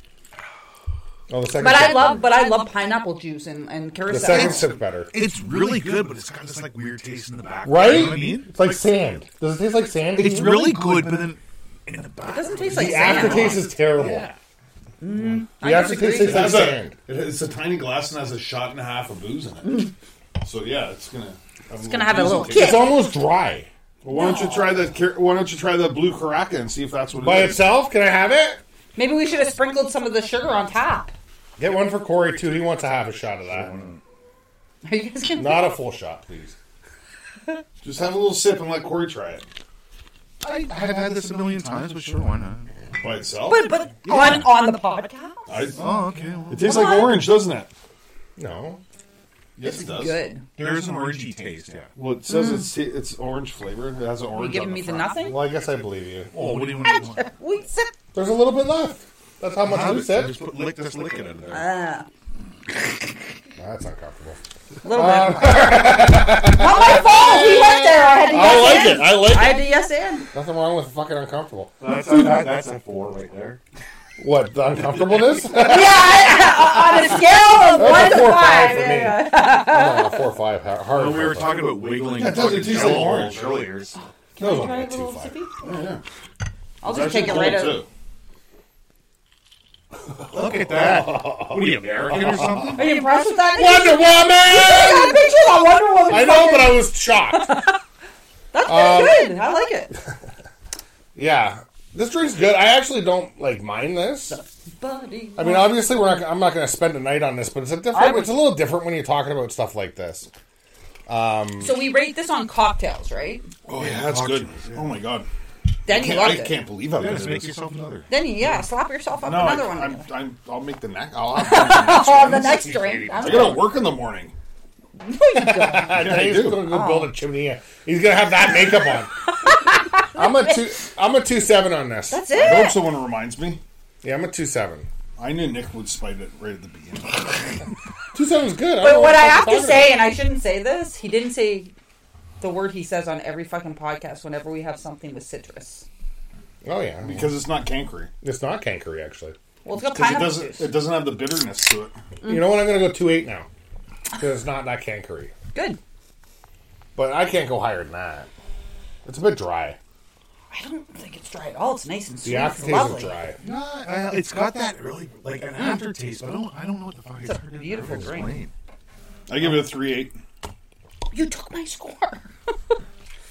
Speaker 1: oh, the second
Speaker 4: But I
Speaker 1: sip-
Speaker 4: love, but I love pineapple juice and and
Speaker 1: the
Speaker 4: carousel.
Speaker 1: second sip's better.
Speaker 2: It's really good, but it's got this like weird taste in the back.
Speaker 1: Right?
Speaker 2: You know what I mean?
Speaker 1: It's like sand. Does it taste like sand? to
Speaker 2: It's
Speaker 1: you?
Speaker 2: really good, but then in the back.
Speaker 4: It doesn't taste like
Speaker 1: The
Speaker 4: sand.
Speaker 1: aftertaste is terrible. The aftertaste
Speaker 4: disagree.
Speaker 1: tastes like
Speaker 3: That's a,
Speaker 1: sand.
Speaker 3: it- it's a tiny glass and has a shot and a half of booze in it. So yeah, it's gonna. It's
Speaker 4: Mm. gonna have a little kick.
Speaker 1: It's almost dry.
Speaker 3: Well, why don't you try the cur- Why don't you try the blue caraca and see if that's what
Speaker 1: By
Speaker 3: it is?
Speaker 1: itself? Can I have it?
Speaker 4: Maybe we should have sprinkled some of the sugar on top.
Speaker 1: Get one for Corey, too. He wants a half a shot of that.
Speaker 4: Are you guys gonna?
Speaker 1: Not a full shot, please.
Speaker 3: Just have a little sip and let Corey try it
Speaker 2: I, I've had this a million times, but sure, why not?
Speaker 3: by itself.
Speaker 4: But but on on the podcast.
Speaker 3: I,
Speaker 2: Oh, okay. Well,
Speaker 3: it tastes like orange, doesn't it?
Speaker 1: No.
Speaker 3: Yes, it does.
Speaker 4: Good. Mm.
Speaker 2: there is an orangey taste, yeah.
Speaker 3: Well, it says it's it's orange flavored. It has an orange.
Speaker 4: You
Speaker 3: on
Speaker 4: giving me the
Speaker 3: front.
Speaker 4: nothing? Uh,
Speaker 1: Well, I guess I believe you.
Speaker 2: Oh, what do you [LAUGHS] want? to do?
Speaker 4: We sip.
Speaker 1: There's a little bit left. That's how much
Speaker 2: Have
Speaker 1: you
Speaker 2: it.
Speaker 1: said.
Speaker 2: Just put lick, just lick it out of there.
Speaker 1: That's uncomfortable.
Speaker 4: A little bit. [LAUGHS] Not my fault. We went there. I had to
Speaker 1: I
Speaker 4: yes
Speaker 1: like it.
Speaker 4: and.
Speaker 1: I like
Speaker 4: I
Speaker 1: it.
Speaker 4: had to yes and.
Speaker 1: Nothing wrong with fucking uncomfortable.
Speaker 2: That's a, that's a four right there.
Speaker 1: What the
Speaker 4: [LAUGHS]
Speaker 1: uncomfortableness?
Speaker 4: Yeah, I, uh, on a scale of one
Speaker 1: That's a [LAUGHS]
Speaker 4: to
Speaker 1: four or
Speaker 4: five.
Speaker 1: five for
Speaker 4: yeah,
Speaker 1: me. [LAUGHS]
Speaker 4: yeah.
Speaker 1: No, four or five. ha- Hard.
Speaker 2: When we were
Speaker 1: four or
Speaker 2: talking about wiggling
Speaker 3: That doesn't
Speaker 2: fucking
Speaker 3: taste
Speaker 2: jello
Speaker 3: like orange.
Speaker 2: rolls earlier,
Speaker 1: five. That was only
Speaker 4: Try
Speaker 1: a
Speaker 4: a little
Speaker 1: two five.
Speaker 4: sippy?
Speaker 3: Oh, yeah.
Speaker 4: Mm-hmm. I'll
Speaker 3: It's
Speaker 4: just take it
Speaker 3: actually
Speaker 4: right
Speaker 3: cold,
Speaker 4: out.
Speaker 2: look at that. what are you American [LAUGHS] or something?
Speaker 4: Are you impressed with that?
Speaker 1: Wonder Woman.
Speaker 4: [LAUGHS] I
Speaker 1: I
Speaker 4: picture that Wonder Woman.
Speaker 1: know, but I was shocked.
Speaker 4: That's pretty good. I like it.
Speaker 1: Yeah, this drink's good. I actually don't like mind this.
Speaker 4: Buddy.
Speaker 1: I mean, obviously, we're not. I'm not going to spend a night on this, but it's a different.
Speaker 4: would-
Speaker 1: It's a little different when you're talking about stuff like this.
Speaker 4: So we rate this on cocktails, right?
Speaker 3: Oh yeah, that's good. Oh my god,
Speaker 4: Then you
Speaker 3: Can't-
Speaker 4: loved
Speaker 3: I
Speaker 4: it.
Speaker 3: can't believe how good
Speaker 2: Just
Speaker 3: it
Speaker 2: make
Speaker 3: is.
Speaker 2: yourself another.
Speaker 4: Then you, yeah, slap yourself up
Speaker 3: No,
Speaker 4: another
Speaker 3: I,
Speaker 4: one.
Speaker 3: I'm, I'm, I'll make the next. I'll
Speaker 4: [LAUGHS]
Speaker 3: have
Speaker 4: Oh, the next drink.
Speaker 3: I
Speaker 4: I'm
Speaker 3: gotta work in the morning.
Speaker 1: I
Speaker 3: [LAUGHS] Yeah,
Speaker 1: he's
Speaker 3: you do.
Speaker 1: going to
Speaker 4: Oh.
Speaker 1: go build a chimney. He's going to have that makeup on.
Speaker 4: [LAUGHS]
Speaker 1: I'm a two. I'm a two seven on this.
Speaker 4: That's
Speaker 3: I hope
Speaker 4: it.
Speaker 3: someone reminds me.
Speaker 1: Yeah, I'm a two seven.
Speaker 4: [LAUGHS]
Speaker 3: I knew Nick would spite it right at the beginning.
Speaker 1: Two seven's good. I don't know
Speaker 4: But what I
Speaker 1: the
Speaker 4: have
Speaker 1: fuck
Speaker 4: to
Speaker 1: you're talking
Speaker 4: say, and I shouldn't say this, he didn't say the word he says on every fucking podcast whenever we have something with citrus.
Speaker 1: about. oh yeah,
Speaker 3: because it's not cankery.
Speaker 1: it's not cankery actually.
Speaker 4: Well, it's
Speaker 3: Because
Speaker 4: got
Speaker 3: it
Speaker 4: pineapple
Speaker 3: doesn't
Speaker 4: juice.
Speaker 3: it doesn't have the bitterness to it.
Speaker 4: Mm.
Speaker 1: You know what? I'm gonna go two eight now because it's not that cankery.
Speaker 4: Good.
Speaker 1: But I can't go higher than that. It's a bit dry.
Speaker 4: I don't think it's dry at all. It's nice and sweet.
Speaker 1: The
Speaker 4: It's
Speaker 1: aftertaste is
Speaker 4: lovely.
Speaker 1: dry.
Speaker 2: Uh, it's got that really like an aftertaste, but I don't, I don't know what the fuck it's,
Speaker 4: a beautiful drink.
Speaker 3: I give it a three eight.
Speaker 4: You took my score.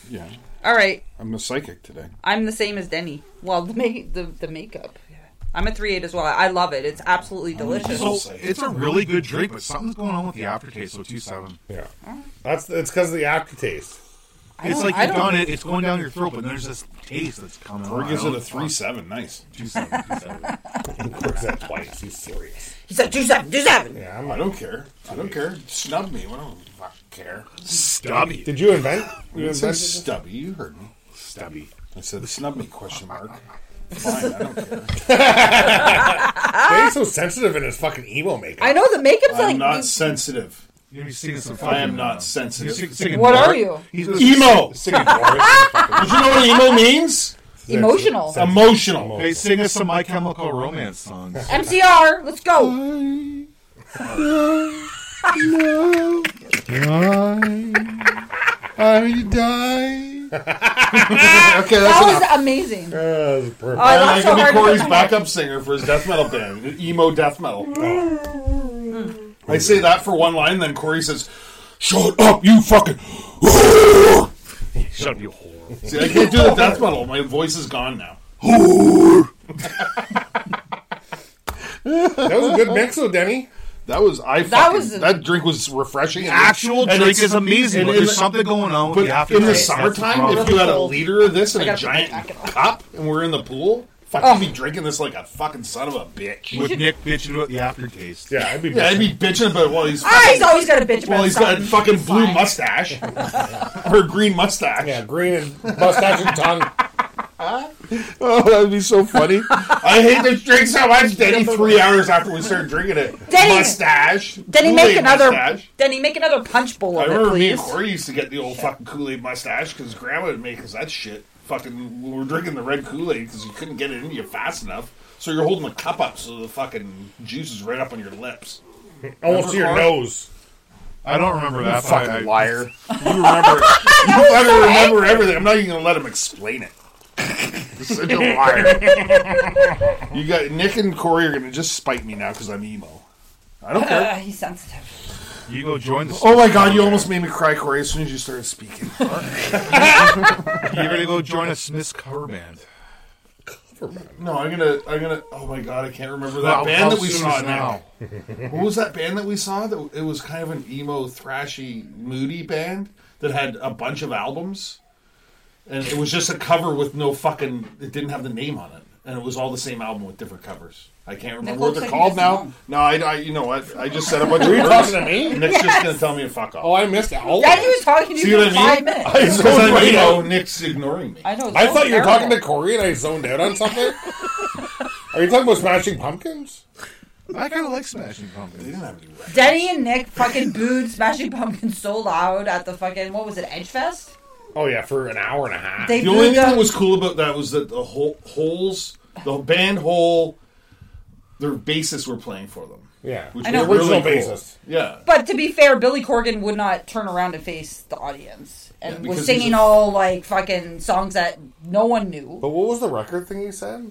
Speaker 3: Yeah,
Speaker 4: all right.
Speaker 3: I'm a psychic today.
Speaker 4: I'm the same as Denny. Well, the make the, the makeup. I'm a three eight as well. I love it. It's absolutely delicious.
Speaker 2: So Oh, it's a really good drink, but something's going on with the aftertaste. So two seven.
Speaker 1: Yeah, that's it's because of the aftertaste.
Speaker 4: I
Speaker 2: It's
Speaker 4: don't-
Speaker 2: like
Speaker 4: I
Speaker 2: you've
Speaker 4: don't-
Speaker 2: done it. It's going down your throat, but there's this taste that's coming.
Speaker 3: Or
Speaker 2: on.
Speaker 3: gives
Speaker 2: I
Speaker 3: it
Speaker 2: don't-
Speaker 3: a three seven. Nice.
Speaker 2: Two seven. Two seven.
Speaker 1: Of course, that twice. He's serious.
Speaker 4: He said two seven, two seven.
Speaker 1: Yeah, I'm
Speaker 3: I
Speaker 1: like,
Speaker 3: don't care. I don't care. Snub me. I don't fuck care.
Speaker 2: Stubby.
Speaker 1: did you invent?
Speaker 3: You
Speaker 1: You
Speaker 3: didn't say
Speaker 1: invented this?
Speaker 3: stubby. You heard me.
Speaker 2: Stubby.
Speaker 3: I said snub me?
Speaker 2: [LAUGHS]
Speaker 3: Question mark. Fine. I don't care. Ah!
Speaker 1: Why are you so sensitive in his fucking emo makeup?
Speaker 4: I know the makeup's like
Speaker 3: I'm not sensitive.
Speaker 2: You're gonna be singing some
Speaker 3: I am
Speaker 2: fucking, uh,
Speaker 3: not
Speaker 2: you're
Speaker 3: sensitive.
Speaker 2: sing- singing
Speaker 4: What
Speaker 2: Borat.
Speaker 4: are you?
Speaker 2: He's gonna be
Speaker 3: Emo. Did
Speaker 2: singing
Speaker 3: [LAUGHS]
Speaker 2: Borat.
Speaker 3: you know what emo means?
Speaker 4: emotional.
Speaker 3: Emotional.
Speaker 2: Hey, sing us some My Chemical Romance songs.
Speaker 4: MCR, let's go.
Speaker 2: I [LAUGHS] die.
Speaker 3: Okay, that's
Speaker 4: That
Speaker 3: enough.
Speaker 4: was amazing. Oh,
Speaker 1: Uh, it's perfect.
Speaker 4: I
Speaker 3: I
Speaker 4: laughed so
Speaker 3: can be
Speaker 4: hard.
Speaker 3: Corey's backup singer for his death metal band, emo death metal.
Speaker 2: Oh.
Speaker 3: I say that for one line, then Corey says, "Shut up, you fucking."
Speaker 2: Shut up, you whore.
Speaker 3: See, I can't do the death metal. My voice is gone now.
Speaker 1: that was a good mix, though, Denny.
Speaker 3: That was I. That
Speaker 4: was-
Speaker 3: that drink was refreshing. and-
Speaker 2: Actual
Speaker 3: and
Speaker 2: drink
Speaker 3: it's-
Speaker 2: is amazing,
Speaker 3: and
Speaker 2: but
Speaker 3: in
Speaker 2: there's
Speaker 3: the-
Speaker 2: something going on.
Speaker 3: But
Speaker 2: with the
Speaker 3: in the
Speaker 2: aftertaste. That's
Speaker 3: summertime,
Speaker 2: problem.
Speaker 3: if you had a liter of this in a
Speaker 4: gotta put my
Speaker 3: giant
Speaker 4: jacket on.
Speaker 3: cup, and we're in the pool, fuck, you'd be drinking this like a fucking son of a bitch.
Speaker 2: with Nick bitching about the aftertaste.
Speaker 1: Yeah, I'd be.
Speaker 3: Yeah, I'd [LAUGHS] be bitching about while he's
Speaker 4: Ah, he's always got a bitch about
Speaker 3: while he's got a fucking
Speaker 4: something. He's
Speaker 3: blue
Speaker 4: fine. [LAUGHS]
Speaker 3: mustache or green mustache.
Speaker 1: Yeah, green and mustache and tongue.
Speaker 3: [LAUGHS] Oh, that'd be so funny. I hate this drink so much, Denny. Three hours after we started drinking it,
Speaker 4: Denny-
Speaker 3: mustache.
Speaker 4: Denny, make
Speaker 3: Kool-Aid
Speaker 4: another.
Speaker 3: Mustache.
Speaker 4: Denny, make another punch bowl
Speaker 3: I
Speaker 4: of it,
Speaker 3: remember me and
Speaker 4: please.
Speaker 3: Corey used to get the old fucking Kool Aid mustache because Grandma would make us that shit. Fucking, we were drinking the red Kool Aid because you couldn't get it into you fast enough, so you're holding the cup up so the fucking juice is right up on your lips.
Speaker 1: [LAUGHS] Almost to your nose.
Speaker 2: I don't remember that. but I-
Speaker 3: liar! You remember? you don't ever remember everything. I'm not even gonna let him explain it. You're such a [LAUGHS] liar. you got Nick and Corey are gonna just spite me now because I'm emo. I don't
Speaker 4: Uh,
Speaker 3: care.
Speaker 4: he's sensitive.
Speaker 2: You go join the.
Speaker 3: Oh my god, you almost made me cry, Corey, as soon as you started speaking.
Speaker 2: You're gonna go join a Smiths cover band.
Speaker 3: No, I'm gonna, I'm gonna. Oh my god, I can't remember that
Speaker 2: Well, how
Speaker 3: band that we
Speaker 2: soon
Speaker 3: saw
Speaker 2: is
Speaker 3: now. what was that band that we saw? That it was kind of an emo, thrashy, moody band that had a bunch of albums, and it was just a cover with no fucking. It didn't have the name on it, and it was all the same album with different covers. I can't remember
Speaker 4: Nick
Speaker 3: what
Speaker 4: looks
Speaker 3: they're
Speaker 4: like he
Speaker 3: called now.
Speaker 4: doesn't
Speaker 3: No, I, I, you know what? I just said a bunch of
Speaker 1: Were you talking
Speaker 3: words.
Speaker 1: to me?
Speaker 3: Nick's just gonna tell me to fuck off.
Speaker 1: Oh, I missed it. Oh,
Speaker 4: Yeah, he was talking to
Speaker 3: See
Speaker 4: you
Speaker 3: what I
Speaker 4: for
Speaker 3: mean?
Speaker 4: five minutes.
Speaker 1: I
Speaker 3: Because
Speaker 1: zoned
Speaker 3: I'm
Speaker 1: right
Speaker 3: emo,
Speaker 1: out.
Speaker 3: Nick's ignoring me.
Speaker 4: I know. it's
Speaker 1: I
Speaker 4: so
Speaker 1: thought you were
Speaker 4: terrible.
Speaker 1: talking to Corey and I zoned out on
Speaker 3: [LAUGHS]
Speaker 1: something. Are you talking about Smashing Pumpkins?
Speaker 2: I kind of like Smashing
Speaker 3: They
Speaker 2: Pumpkins.
Speaker 3: didn't have any records.
Speaker 4: Denny and Nick fucking booed Smashing Pumpkins so loud at the fucking what was it Edgefest?
Speaker 1: Oh yeah, for an hour and a half.
Speaker 4: They
Speaker 3: The
Speaker 4: booed
Speaker 3: only thing
Speaker 4: them.
Speaker 3: that was cool about that was that the whole holes, the band hole, their bassists were playing for them.
Speaker 1: yeah,
Speaker 3: Which
Speaker 4: I know.
Speaker 3: was
Speaker 1: Original
Speaker 3: really cool.
Speaker 1: bassist.
Speaker 3: Yeah.
Speaker 4: but to be fair, Billy Corgan would not turn around and face the audience and
Speaker 3: Yeah,
Speaker 4: was
Speaker 3: because he's
Speaker 4: singing
Speaker 3: a-
Speaker 4: all like fucking songs that no one knew.
Speaker 1: But what was the record thing you
Speaker 4: [LAUGHS]
Speaker 1: said?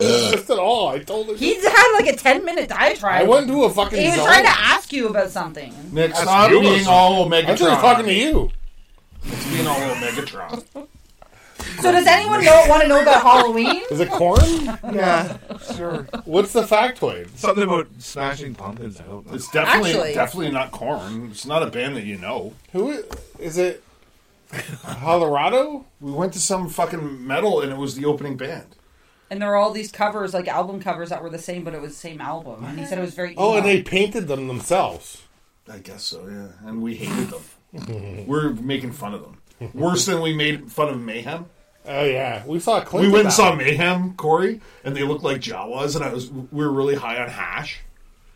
Speaker 1: Just at all. I told him.
Speaker 4: He had like a ten minute diatribe.
Speaker 1: I went to a fucking.
Speaker 4: He was
Speaker 1: zone.
Speaker 4: trying to ask you about something.
Speaker 3: Nick, stop
Speaker 2: you
Speaker 3: being
Speaker 2: listen.
Speaker 3: all
Speaker 1: I
Speaker 3: Megatron.
Speaker 1: thought he was talking to you.
Speaker 3: It's being all Megatron.
Speaker 4: So does anyone know want to know about Halloween?
Speaker 1: Is it corn?
Speaker 2: Yeah, sure.
Speaker 1: What's the factoid?
Speaker 2: Something about Smashing Pumpkins. I don't know.
Speaker 3: It's definitely
Speaker 4: Actually-
Speaker 3: definitely not corn. It's not a band that you know.
Speaker 1: Who i- is it? Colorado?
Speaker 3: We went to some fucking metal and it was the opening band.
Speaker 4: And there were all these covers, like album covers, that were the same, but it was the same album. And he said it was very.
Speaker 1: Oh,
Speaker 4: emo.
Speaker 1: and they painted them themselves.
Speaker 3: I guess so, yeah. And we hated
Speaker 1: [LAUGHS]
Speaker 3: them. we're making fun of them. Worse than we made fun of Mayhem.
Speaker 1: Oh yeah, we saw a clip.
Speaker 3: we
Speaker 1: of
Speaker 3: went and
Speaker 1: that.
Speaker 3: saw Mayhem, Corey, and they looked like Jawas, and I was we were really high on hash,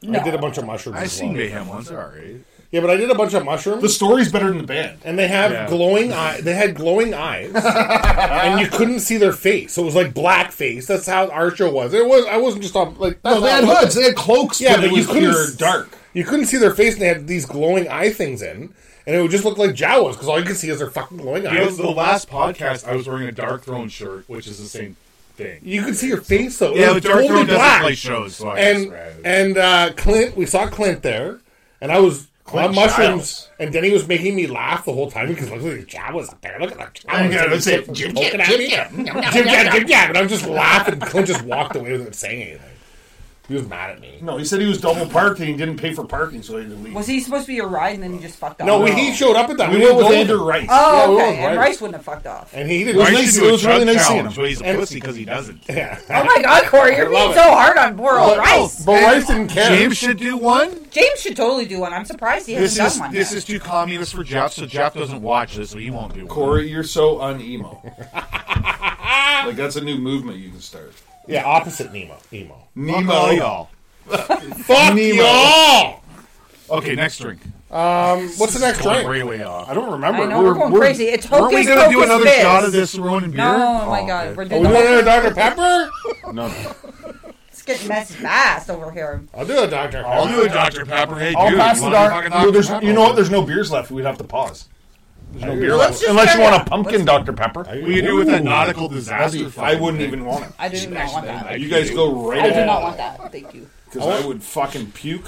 Speaker 1: I did a bunch of mushrooms.
Speaker 2: I
Speaker 1: as
Speaker 2: seen
Speaker 1: well.
Speaker 2: Mayhem once. All right.
Speaker 1: Yeah, but I did a bunch of mushrooms.
Speaker 3: The story's better than the band.
Speaker 1: and they have
Speaker 2: Yeah.
Speaker 1: glowing eye. They had glowing eyes, and you couldn't see their face. So it was like black face. That's how our show was. It was. I wasn't just on like.
Speaker 3: No, they had hoods. They had cloaks.
Speaker 1: Yeah,
Speaker 3: but,
Speaker 1: but
Speaker 3: it
Speaker 1: you
Speaker 3: was
Speaker 1: couldn't
Speaker 3: pure
Speaker 1: s-
Speaker 3: dark.
Speaker 1: You couldn't see their face, and they had these glowing eye things in, and it would just look like Jawas because all you could see is their fucking glowing
Speaker 2: It
Speaker 1: eyes.
Speaker 2: was the last podcast I was wearing a Dark Throne shirt, which is the same thing.
Speaker 1: You could see your face though. It
Speaker 2: Yeah,
Speaker 1: was
Speaker 2: but Dark
Speaker 1: totally
Speaker 2: Throne doesn't
Speaker 1: black.
Speaker 2: play shows. So I
Speaker 1: and and uh, Clint, we saw Clint there, and I was
Speaker 3: Clint
Speaker 1: on mushrooms,
Speaker 3: Childs.
Speaker 1: and Denny was making me laugh the whole time because look at the Jawas up there, look at the
Speaker 3: I
Speaker 1: Jawas.
Speaker 3: gotta
Speaker 1: He's
Speaker 3: say,
Speaker 1: fucking
Speaker 3: jib
Speaker 1: poking
Speaker 3: jab,
Speaker 1: at
Speaker 3: jib
Speaker 1: me. [LAUGHS]
Speaker 3: jab. Nom, nom,
Speaker 1: Jib
Speaker 3: nom,
Speaker 1: jab,
Speaker 3: nom.
Speaker 1: jib jab, and I'm just laughing. Clint just walked away without saying anything. He was mad at me.
Speaker 3: No, he said he was double parked and he didn't pay for parking, so he had to leave.
Speaker 4: Was he supposed to be a ride and then he just fucked off?
Speaker 1: No, we he showed up at that.
Speaker 3: we
Speaker 1: We were
Speaker 3: went with
Speaker 1: with
Speaker 3: Andrew
Speaker 1: him.
Speaker 3: Rice.
Speaker 1: Yeah, we
Speaker 4: Oh,
Speaker 1: were
Speaker 4: okay.
Speaker 1: right.
Speaker 4: And Rice wouldn't have
Speaker 1: [LAUGHS]
Speaker 4: fucked off.
Speaker 1: and he didn't.
Speaker 3: It was nice- it was really nice seeing him.
Speaker 2: But he's a
Speaker 1: And-
Speaker 2: pussy because he doesn't.
Speaker 4: Oh my God, Corey, you're
Speaker 1: love
Speaker 4: being
Speaker 1: it.
Speaker 4: so hard on Boral Rice.
Speaker 1: But oh, Rice didn't care.
Speaker 2: James should do one.
Speaker 4: James should totally do one. I'm surprised he hasn't
Speaker 2: This
Speaker 4: done
Speaker 2: is
Speaker 4: one.
Speaker 2: this
Speaker 4: yet.
Speaker 2: is too communist for Jeff, so Jeff doesn't watch this, so he won't do one.
Speaker 3: Corey, you're so
Speaker 4: [LAUGHS]
Speaker 3: unemo. like that's a new movement you can start.
Speaker 1: yeah, opposite Nemo. Nemo.
Speaker 3: Nemo,
Speaker 2: Fuck all y'all.
Speaker 1: Fuck y'all.
Speaker 2: Okay, next drink.
Speaker 1: What's the next
Speaker 2: Going
Speaker 1: drink?
Speaker 2: way, way off.
Speaker 1: I don't remember.
Speaker 4: I know Oh, we're, going crazy. It's
Speaker 2: Weren't
Speaker 4: hocus
Speaker 2: we gonna do
Speaker 4: pocus
Speaker 2: another
Speaker 4: fizz.
Speaker 2: shot of this ruined beer?
Speaker 4: No, oh, my
Speaker 2: Oh,
Speaker 4: God,
Speaker 2: okay.
Speaker 4: we're
Speaker 1: Oh,
Speaker 4: doing.
Speaker 1: we want another Dr. Pepper?
Speaker 2: No, no.
Speaker 4: It's getting messy fast over here.
Speaker 1: I'll do a Dr. Pepper.
Speaker 2: I'll do a Dr. Pepper. Hey,
Speaker 3: I'll
Speaker 2: dude,
Speaker 3: pass the
Speaker 2: wanna
Speaker 3: dark.
Speaker 2: fucking
Speaker 3: No,
Speaker 2: Dr.
Speaker 3: there's-
Speaker 2: Pepper?
Speaker 3: you know what? There's no beers left. We'd have to pause. There's no beer
Speaker 4: Let's
Speaker 3: left.
Speaker 4: just
Speaker 3: Unless you
Speaker 4: carry
Speaker 3: want a
Speaker 4: on.
Speaker 3: pumpkin Dr. Pepper.
Speaker 2: We could do with that nautical disaster.
Speaker 3: I wouldn't even want it.
Speaker 4: I do not want that.
Speaker 3: You guys go right
Speaker 4: I do
Speaker 3: ahead
Speaker 4: not want that. Thank you.
Speaker 3: because I would fucking puke.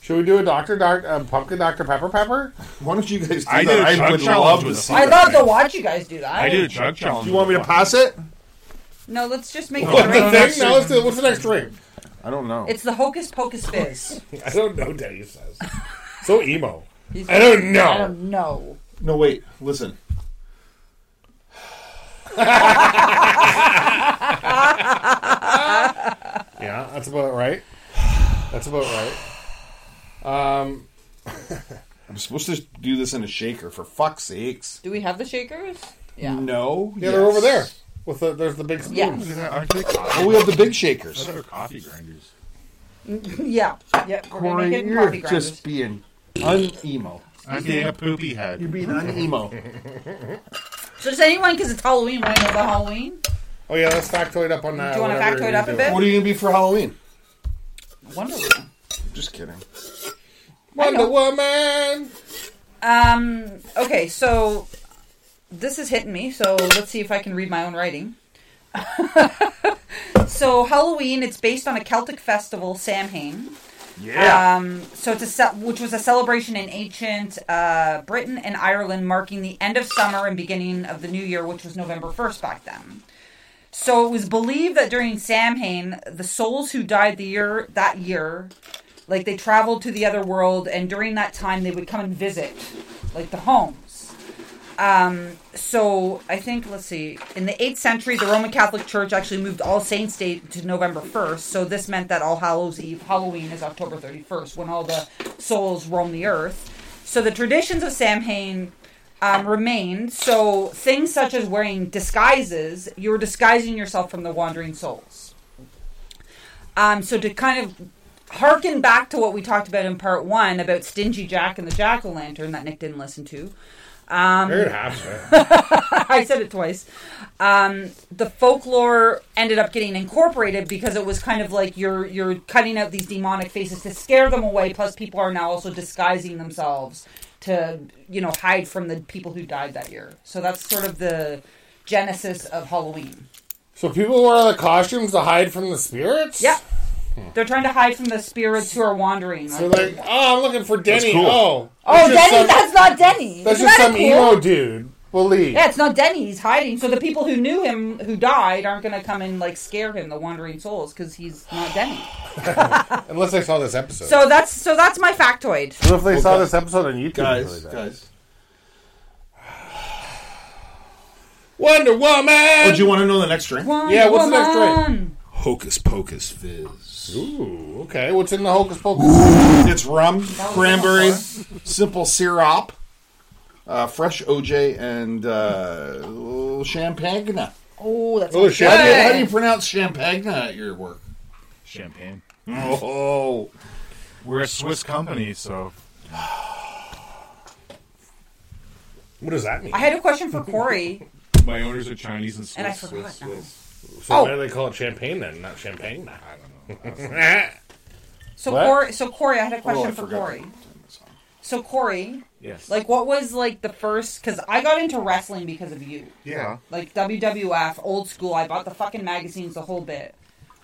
Speaker 1: Should we do a Dr. Dark, uh, Pumpkin Dr. Pepper Pepper?
Speaker 3: Why don't you guys do
Speaker 2: I did a
Speaker 3: that? I
Speaker 2: chug
Speaker 3: would
Speaker 2: challenge
Speaker 3: love to
Speaker 2: with a
Speaker 3: see
Speaker 4: I
Speaker 3: that.
Speaker 4: love to watch you guys do that.
Speaker 2: I did a drug challenge.
Speaker 3: You want me to pass it?
Speaker 4: No, let's just make
Speaker 1: What's
Speaker 4: the
Speaker 1: the
Speaker 4: drink.
Speaker 1: thing? Now, let's do, what's the next drink? [LAUGHS]
Speaker 3: I don't know.
Speaker 4: It's the hocus pocus fizz.
Speaker 1: I don't know, Denny says. So emo.
Speaker 4: He's-
Speaker 1: I don't know.
Speaker 4: I don't know.
Speaker 3: No, wait. Listen.
Speaker 1: Yeah, that's about right. That's about right.
Speaker 3: I'm supposed to do this in a shaker. For fuck's sakes.
Speaker 4: Do we have the shakers? Yeah.
Speaker 3: No.
Speaker 1: Yeah, they're over there. With the, there's the big spoon.
Speaker 4: Yeah.
Speaker 2: [LAUGHS] Aren't they coffee?
Speaker 3: Oh, we have the big shakers.
Speaker 2: They're coffee grinders.
Speaker 4: [LAUGHS] Yeah. Yep. We're gonna
Speaker 3: Corey,
Speaker 4: get
Speaker 3: you're
Speaker 4: party grinders.
Speaker 3: just being unemo.
Speaker 2: I'm being a poopy head.
Speaker 3: You're being unemo.
Speaker 4: So does anyone, because it's Halloween, want to know about Halloween?
Speaker 1: Oh, yeah, let's factoid up on that.
Speaker 4: Do you wanna
Speaker 1: whatever
Speaker 4: factoid
Speaker 1: you're
Speaker 4: up a
Speaker 1: doing.
Speaker 4: bit?
Speaker 3: what are you gonna be for Halloween?
Speaker 4: Wonder
Speaker 3: Just kidding.
Speaker 1: Wonder Woman!
Speaker 4: Um. Okay. So this is hitting me. So let's see if I can read my own writing. [LAUGHS] so Halloween. It's based on a Celtic festival, Samhain.
Speaker 2: Yeah.
Speaker 4: Um, so it's a ce- which was a celebration in ancient uh, Britain and Ireland, marking the end of summer and beginning of the new year, which was November first back then. So it was believed that during Samhain, the souls who died the year that year, like they traveled to the other world, and during that time they would come and visit, like the homes. Um, so I think let's see. In the eighth century, the Roman Catholic Church actually moved All Saints' Day to November first. So this meant that All Hallows Eve, Halloween, is October thirty first, when all the souls roam the earth. So the traditions of Samhain um, remained. So things such as wearing disguises, you were disguising yourself from the wandering souls. Um, so to kind of harken back to what we talked about in part one about Stingy Jack and the Jack o' Lantern that Nick didn't listen to. Um,
Speaker 1: There it happens.
Speaker 4: I said it twice. Um, the folklore ended up getting incorporated because it was kind of like you're you're cutting out these demonic faces to scare them away. Plus, people are now also disguising themselves to you know hide from the people who died that year. So that's sort of the genesis of Halloween.
Speaker 1: So people wear the costumes to hide from the spirits?
Speaker 4: Yep. They're trying to hide from the spirits who are wandering.
Speaker 1: They're Hmm. like, oh, I'm looking for Denny.
Speaker 2: cool.
Speaker 1: Oh.
Speaker 4: oh,
Speaker 1: just
Speaker 4: Denny,
Speaker 1: some-
Speaker 4: that's not Denny.
Speaker 1: That's
Speaker 4: Isn't
Speaker 1: just
Speaker 4: that
Speaker 1: some
Speaker 4: cool?
Speaker 1: emo dude. Believe.
Speaker 4: Yeah, it's not Denny. He's hiding. So the people who knew him, who died, aren't going to come and like scare him, the wandering souls, because he's not Denny.
Speaker 1: Unless they saw this episode.
Speaker 4: So that's so that's my factoid.
Speaker 1: What if they saw this episode on YouTube?
Speaker 3: Guys, guys.
Speaker 1: Wonder Woman.
Speaker 3: Would you want to know the next drink?
Speaker 4: One
Speaker 1: Yeah, what's the next drink?
Speaker 4: woman.
Speaker 3: Hocus Pocus Fizz.
Speaker 1: Ooh, okay. What's in the Hocus Pocus?
Speaker 3: It's rum, cranberries, simple syrup, uh, fresh OJ, and uh, champagne.
Speaker 4: Oh, that's
Speaker 1: Oh,
Speaker 3: How do, you, how
Speaker 1: shit.
Speaker 3: do you pronounce champagne at your work?
Speaker 2: Champagne.
Speaker 3: Oh,
Speaker 2: We're a Swiss company, so
Speaker 1: What does that mean?
Speaker 4: I had a question for Corey.
Speaker 2: my owners are Chinese and Swiss.
Speaker 4: And I forgot
Speaker 2: Swiss,
Speaker 4: now.
Speaker 2: Swiss.
Speaker 1: So
Speaker 4: Oh.
Speaker 1: why do they call it champagne then, not champagne?
Speaker 2: I
Speaker 1: [LAUGHS]
Speaker 2: don't know.
Speaker 4: So
Speaker 1: What?
Speaker 4: Corey, so Corey,
Speaker 2: Oh,
Speaker 4: I had a question
Speaker 3: I
Speaker 4: for
Speaker 3: forgot.
Speaker 4: Corey. So Corey,
Speaker 2: Yes.
Speaker 4: like, what was like the first? Because I got into wrestling because of you,
Speaker 2: yeah.
Speaker 4: like WWF, old school. I bought the fucking magazines, the whole bit.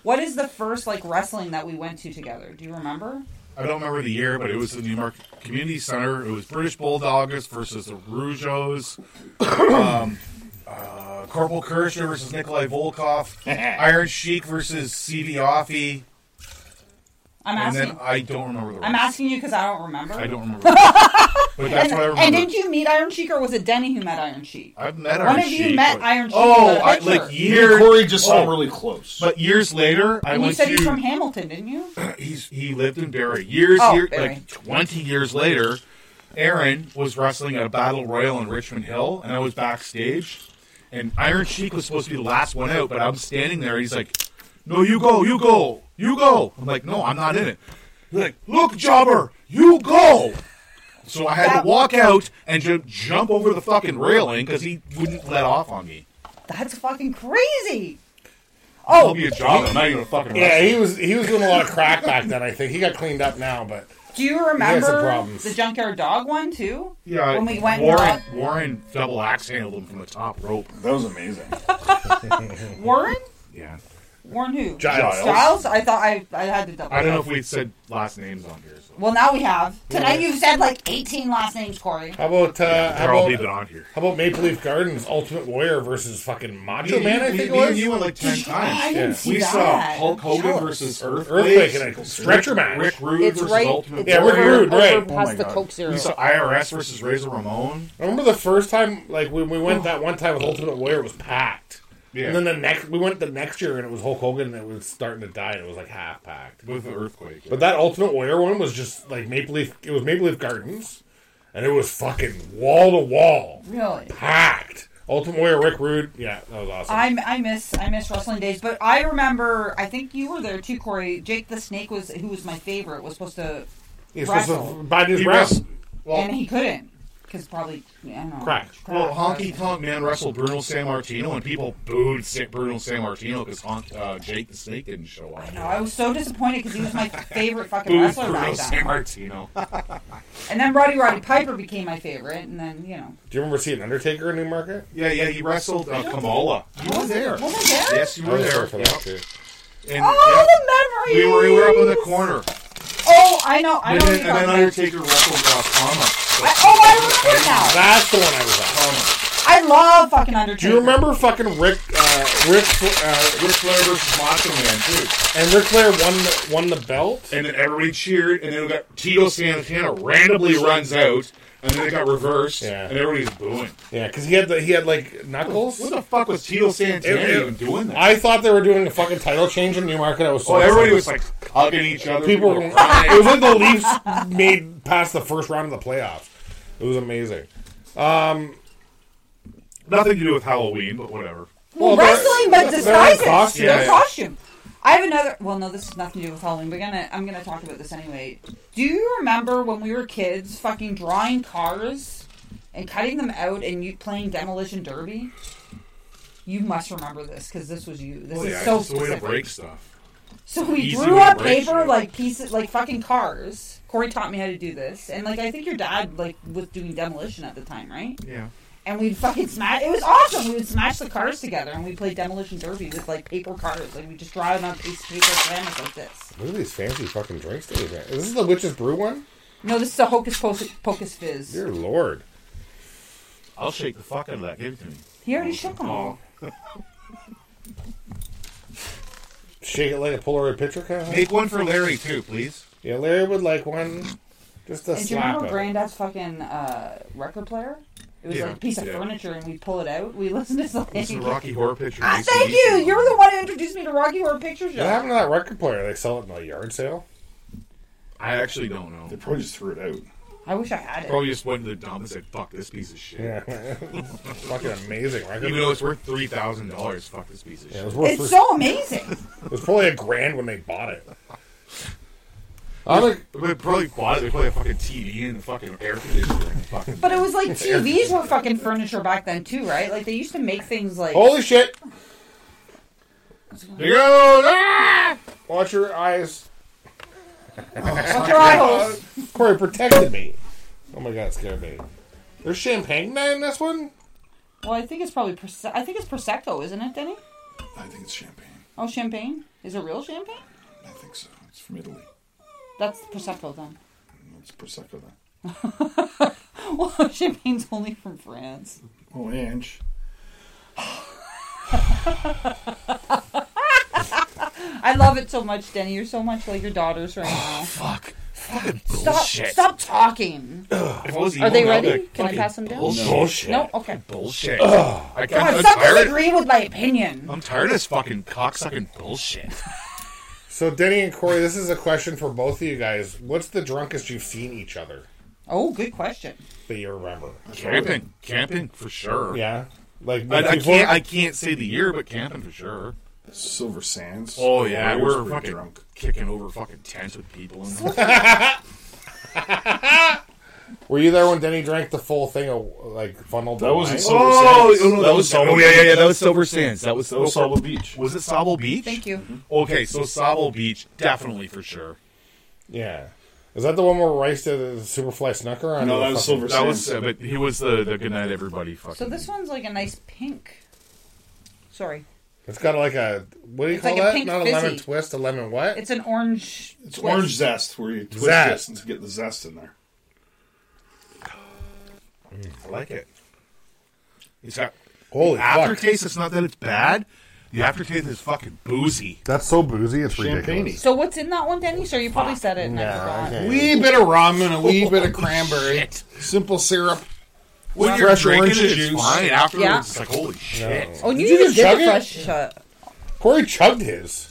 Speaker 4: What is the first like wrestling that we went to together? Do you remember?
Speaker 2: I don't remember the year, but it was the Newmarket Community Center. It was British Bulldogs versus the Rougeos. um, uh, Corporal Kirscher versus Nikolai
Speaker 4: [LAUGHS]
Speaker 2: Volkov. Iron Sheik versus C.V. Offee.
Speaker 4: I'm
Speaker 2: And
Speaker 4: asking.
Speaker 2: then I don't remember the rest.
Speaker 4: I'm asking you because I don't remember.
Speaker 2: I don't remember. the rest.
Speaker 4: [LAUGHS]
Speaker 2: but that's what I
Speaker 4: and,
Speaker 2: remember.
Speaker 4: and did you meet Iron Sheik, or was it Denny who met Iron Sheik?
Speaker 2: I've met Iron
Speaker 4: One of you
Speaker 2: Sheik,
Speaker 4: met
Speaker 2: but-
Speaker 4: Iron Sheik.
Speaker 2: Oh, I,
Speaker 4: in the picture.
Speaker 2: like
Speaker 3: Me
Speaker 2: years.
Speaker 3: and Corey just saw
Speaker 2: oh,
Speaker 3: really close.
Speaker 2: But years later, I
Speaker 4: And you
Speaker 2: went
Speaker 4: said
Speaker 2: to.
Speaker 4: he's from Hamilton, didn't you?
Speaker 2: he's he lived in Barry. Years,
Speaker 4: Oh,
Speaker 2: year,
Speaker 4: Barrie.
Speaker 2: like twenty years later, Aaron was wrestling at a battle royal in Richmond Hill, and I was backstage. And Iron Sheik was supposed to be the last one out, but I'm standing there, and he's like, "No, you go, you go, you go." I'm like, "No, I'm not in it." He's like, "Look, jobber, you go." So I had to walk out and ju- jump over the fucking railing because he wouldn't let off on me.
Speaker 4: That's fucking crazy.
Speaker 2: I'll
Speaker 4: Oh,
Speaker 2: be a jobber. I'm not even a fucking.
Speaker 1: Yeah,
Speaker 2: wrestler.
Speaker 1: he was he was doing a lot of crack back then. I think he got cleaned up now, but
Speaker 4: do you remember
Speaker 1: problems.
Speaker 4: the junkyard dog one too?
Speaker 2: Yeah,
Speaker 4: when we went
Speaker 2: Warren, Warren double axe handled him from the top rope.
Speaker 3: that was amazing.
Speaker 4: Warren,
Speaker 2: [LAUGHS] Yeah.
Speaker 4: Warren who?
Speaker 1: Giles.
Speaker 4: Giles? I thought I I had to double.
Speaker 2: I don't know
Speaker 4: check.
Speaker 2: if we said last names on here. So.
Speaker 4: Well, now we have. Tonight you've said like 18 last names, Corey.
Speaker 1: how about uh,
Speaker 2: They're all
Speaker 1: how
Speaker 2: leaving
Speaker 1: about
Speaker 2: on here.
Speaker 1: how about Maple Leaf Gardens Ultimate Warrior versus fucking Macho Man? I think it
Speaker 2: me and
Speaker 1: was
Speaker 2: you went like ten times.
Speaker 4: I didn't see
Speaker 2: we
Speaker 4: that.
Speaker 2: saw Hulk Hogan
Speaker 4: Jealous.
Speaker 2: versus Earthquake.
Speaker 1: Earthquake and a stretcher match.
Speaker 2: Rick Rude
Speaker 8: It's
Speaker 2: versus
Speaker 8: right.
Speaker 2: Ultimate.
Speaker 8: It's
Speaker 1: Yeah, we're
Speaker 8: over,
Speaker 1: rude, right.
Speaker 8: over
Speaker 1: Oh
Speaker 8: past the Coke Zero.
Speaker 2: We saw IRS versus Razor Ramon.
Speaker 1: I remember the first time, like when we went that one time with Ultimate Warrior, it was packed.
Speaker 2: Oh. Yeah.
Speaker 1: And then the next, we went the next year, and it was Hulk Hogan, and it was starting to die, and it was like half packed.
Speaker 2: With the Earthquake.
Speaker 1: But that Ultimate Warrior one was just like Maple Leaf. It was Maple Leaf Gardens, and it was fucking wall to wall
Speaker 4: Really?
Speaker 1: packed. Ultimate Warrior, Rick Rude. Yeah, that was awesome.
Speaker 4: I, I miss I miss wrestling days, but I remember I think you were there too, Corey. Jake the Snake was who was my favorite was supposed to,
Speaker 1: He's supposed to
Speaker 4: wrestled.
Speaker 1: buy his
Speaker 2: He
Speaker 1: wrestling.
Speaker 2: wrestled- well,
Speaker 4: and he couldn't because probably I don't know.
Speaker 1: Crack.
Speaker 2: well, Honky Tonk Man wrestled Bruno San Martino, and people booed Sa- Bruno San Martino because uh, Jake the Snake didn't show up.
Speaker 4: No, I was so disappointed because he was my favorite fucking
Speaker 2: Booed
Speaker 4: wrestler
Speaker 2: Bruno
Speaker 4: back
Speaker 2: San
Speaker 4: then.
Speaker 2: Martino.
Speaker 4: And then Roddy Roddy Piper became my favorite, and then you know.
Speaker 1: Do you remember seeing Undertaker in Newmarket?
Speaker 2: Yeah, yeah, he wrestled uh, Kamala. You were there.
Speaker 4: Was I there?
Speaker 2: Yes, you were there.
Speaker 1: for that too.
Speaker 2: Yep. And,
Speaker 4: Oh,
Speaker 2: yep,
Speaker 4: the
Speaker 2: we
Speaker 4: memory.
Speaker 2: were we were up in the corner.
Speaker 4: Oh, I know. I
Speaker 2: And
Speaker 4: know.
Speaker 2: then, and
Speaker 4: you
Speaker 2: then
Speaker 4: got that.
Speaker 2: Undertaker wrestled uh, Kama. So,
Speaker 4: I, oh, I remember now.
Speaker 1: That's the one I was at.
Speaker 2: Kama.
Speaker 4: I love fucking Undertaker.
Speaker 1: Do you remember fucking Rick, uh, Rick, uh,
Speaker 2: Ric Flair versus Macho Man too.
Speaker 1: and Ric Flair won the, won the belt?
Speaker 2: And then everybody cheered, and then we got Tito Santana randomly runs out, and then it got reversed,
Speaker 1: Yeah.
Speaker 2: and everybody's booing.
Speaker 1: Yeah, because he had the he had like knuckles.
Speaker 2: What the fuck was Tito Santana
Speaker 1: It- it-
Speaker 2: even doing that?
Speaker 1: I thought they were doing a fucking title change in Newmarket. I was so
Speaker 2: oh, everybody
Speaker 1: excited.
Speaker 2: was like hugging each other.
Speaker 1: people. Were,
Speaker 2: were crying.
Speaker 1: it was like the Leafs made past the first round of the playoffs. It was amazing.
Speaker 2: Nothing to do with Halloween, but whatever.
Speaker 1: Well, they're-
Speaker 4: wrestling, but
Speaker 1: they're in
Speaker 4: disguises.
Speaker 1: costume.
Speaker 4: Their
Speaker 2: Yeah.
Speaker 4: costume. I have another. Well, no, this has nothing to do with Halloween. We're gonna. I'm gonna talk about this anyway. Do you remember when we were kids, fucking drawing cars and cutting them out, and you playing demolition derby? You must remember this because this was you. This
Speaker 2: Oh,
Speaker 4: is
Speaker 2: yeah,
Speaker 4: so
Speaker 2: it's just a way to
Speaker 4: specific.
Speaker 2: break stuff.
Speaker 4: So we
Speaker 2: Easy
Speaker 4: drew
Speaker 2: way to
Speaker 4: on
Speaker 2: break
Speaker 4: paper
Speaker 2: shit.
Speaker 4: like pieces, like fucking cars. Corey taught me how to do this, and like I think your dad like was doing demolition at the time, right?
Speaker 2: Yeah.
Speaker 4: and we'd fucking smash. It was awesome. We would smash the cars together, and we played demolition derby with like paper cars. Like we just draw it on piece of paper, slam it like this.
Speaker 1: Look at these fancy fucking drinks today, man. Is this the Witch's Brew one?
Speaker 4: No, this is a hocus pocus, pocus fizz.
Speaker 1: Dear Lord.
Speaker 2: I'll shake the fuck out of that. Give it to me.
Speaker 4: He already shook them all.
Speaker 1: Shake it like a Polaroid picture, kind of?
Speaker 2: Make one for Larry too, please.
Speaker 1: Yeah, Larry would like one. Just a
Speaker 4: And do you
Speaker 1: slap.
Speaker 4: remember
Speaker 1: of it.
Speaker 4: Granddad's fucking uh, record player? It was
Speaker 2: Yeah.
Speaker 4: like a piece of
Speaker 2: Yeah.
Speaker 4: furniture, and we would pull it out. We [LAUGHS] listened to something.
Speaker 2: This is a Rocky Horror Picture.
Speaker 4: [LAUGHS] Ah, thank you. You're the one who introduced me to Rocky Horror Picture
Speaker 1: What happened
Speaker 4: Show.
Speaker 1: to that record player? They sell it in a yard sale. [LAUGHS]
Speaker 2: I actually don't know.
Speaker 3: They probably just threw it out.
Speaker 4: I wish I had it.
Speaker 2: Probably just went to the dump and said, "Fuck this piece of shit."
Speaker 1: Yeah, fucking amazing record.
Speaker 2: Even though it's worth three thousand dollars, fuck this piece of
Speaker 1: yeah, it
Speaker 2: shit.
Speaker 1: was worth
Speaker 4: It's so amazing.
Speaker 1: It was probably a grand when they bought it. I'm like,
Speaker 2: They probably bought it. They probably have fucking TV and fucking air conditioning. and Fucking
Speaker 4: But it was like TVs were fucking furniture back then too, right? Like they used to make things
Speaker 1: [LAUGHS]
Speaker 4: like
Speaker 2: Oh,
Speaker 1: holy shit. There you go. Ah! Watch your eyes.
Speaker 4: Watch your eye holes.
Speaker 1: Corey protected me. Oh my god, it scared me. There's champagne now in this one?
Speaker 4: Well, I think it's probably Prose- I think it's prosecco, isn't it, Denny?
Speaker 3: I think it's champagne.
Speaker 4: Oh, champagne. Is it real champagne?
Speaker 3: I think so. It's from Italy.
Speaker 4: That's prosecco then.
Speaker 3: It's prosecco then.
Speaker 4: [LAUGHS] Well, champagne's only from France.
Speaker 3: Oh, Ange.
Speaker 4: I love it so much, Denny. You're so much like your daughters right now.
Speaker 2: [LAUGHS] fuck. Fucking
Speaker 4: Stop!
Speaker 2: Oh, bullshit.
Speaker 4: Stop talking.
Speaker 2: If I was
Speaker 4: Are they
Speaker 2: email, I'd be
Speaker 4: ready?
Speaker 2: like,
Speaker 4: Can I
Speaker 2: fucking
Speaker 4: pass them down?
Speaker 2: [LAUGHS] Bullshit.
Speaker 4: No. Okay.
Speaker 2: Bullshit. I can't,
Speaker 4: God,
Speaker 2: I'm
Speaker 4: stop
Speaker 2: tired. of-
Speaker 4: disagreeing with my opinion.
Speaker 2: I'm tired of this fucking cocksucking [LAUGHS] bullshit.
Speaker 1: So, Denny and Corey, this is a question for both of you guys. What's the drunkest you've seen each other
Speaker 4: Oh, good question.
Speaker 1: that you remember?
Speaker 2: camping, camping for sure.
Speaker 1: Yeah? Like,
Speaker 2: I, I
Speaker 1: before-
Speaker 2: can't. I can't say the year, but camping for sure.
Speaker 3: Silver Sands.
Speaker 2: Oh yeah,
Speaker 3: I was
Speaker 2: we're
Speaker 3: pretty
Speaker 2: fucking
Speaker 3: drunk.
Speaker 2: kicking over fucking tents with people. And
Speaker 1: Were you there when Denny drank the full thing of, like, funneled
Speaker 3: That wasn't
Speaker 1: wine?
Speaker 3: so- Oh, oh, no, that was Sable
Speaker 2: oh yeah, yeah, yeah, that was Silver Sands. That was
Speaker 3: That was Sable Beach.
Speaker 2: Was it Sable Beach?
Speaker 4: Thank you.
Speaker 2: Okay, so Sable Beach, definitely for sure.
Speaker 1: Yeah. Is that the one where Rice did the Superfly snooker? on
Speaker 3: No,
Speaker 1: the
Speaker 3: that was
Speaker 1: fucking-
Speaker 3: Silver
Speaker 2: That was,
Speaker 3: Sands.
Speaker 2: uh, but he was the the good night everybody. Fucking.
Speaker 4: So this one's like a nice pink. Sorry,
Speaker 1: It's got like a what do you
Speaker 4: It's
Speaker 1: call
Speaker 4: like a
Speaker 1: that?
Speaker 4: pink
Speaker 1: Not a
Speaker 4: fizzy.
Speaker 1: lemon twist, a lemon what?
Speaker 4: it's an orange.
Speaker 3: It's
Speaker 4: twist.
Speaker 3: orange zest where you twist
Speaker 1: Zest.
Speaker 3: it to get the zest in there.
Speaker 2: I like it. It's got
Speaker 1: Holy fuck!
Speaker 2: aftertaste. It's not that it's bad. The aftertaste is fucking boozy.
Speaker 1: That's so boozy. It's
Speaker 3: Champagne.
Speaker 4: So what's in that one, Denny? Sorry, you probably said it. And I forgot.
Speaker 1: Wee bit of rum
Speaker 2: [LAUGHS]
Speaker 1: and a wee bit of cranberry, simple syrup.
Speaker 2: When you're
Speaker 1: Fresh
Speaker 2: drinking
Speaker 1: orange
Speaker 2: it, it's
Speaker 1: juice.
Speaker 2: fine. Afterwards,
Speaker 4: Yeah.
Speaker 2: it's like holy shit.
Speaker 4: Oh, and you,
Speaker 1: Did you just
Speaker 4: just did
Speaker 1: chug
Speaker 4: the
Speaker 1: it?
Speaker 4: fresh shot.
Speaker 1: Corey chugged his.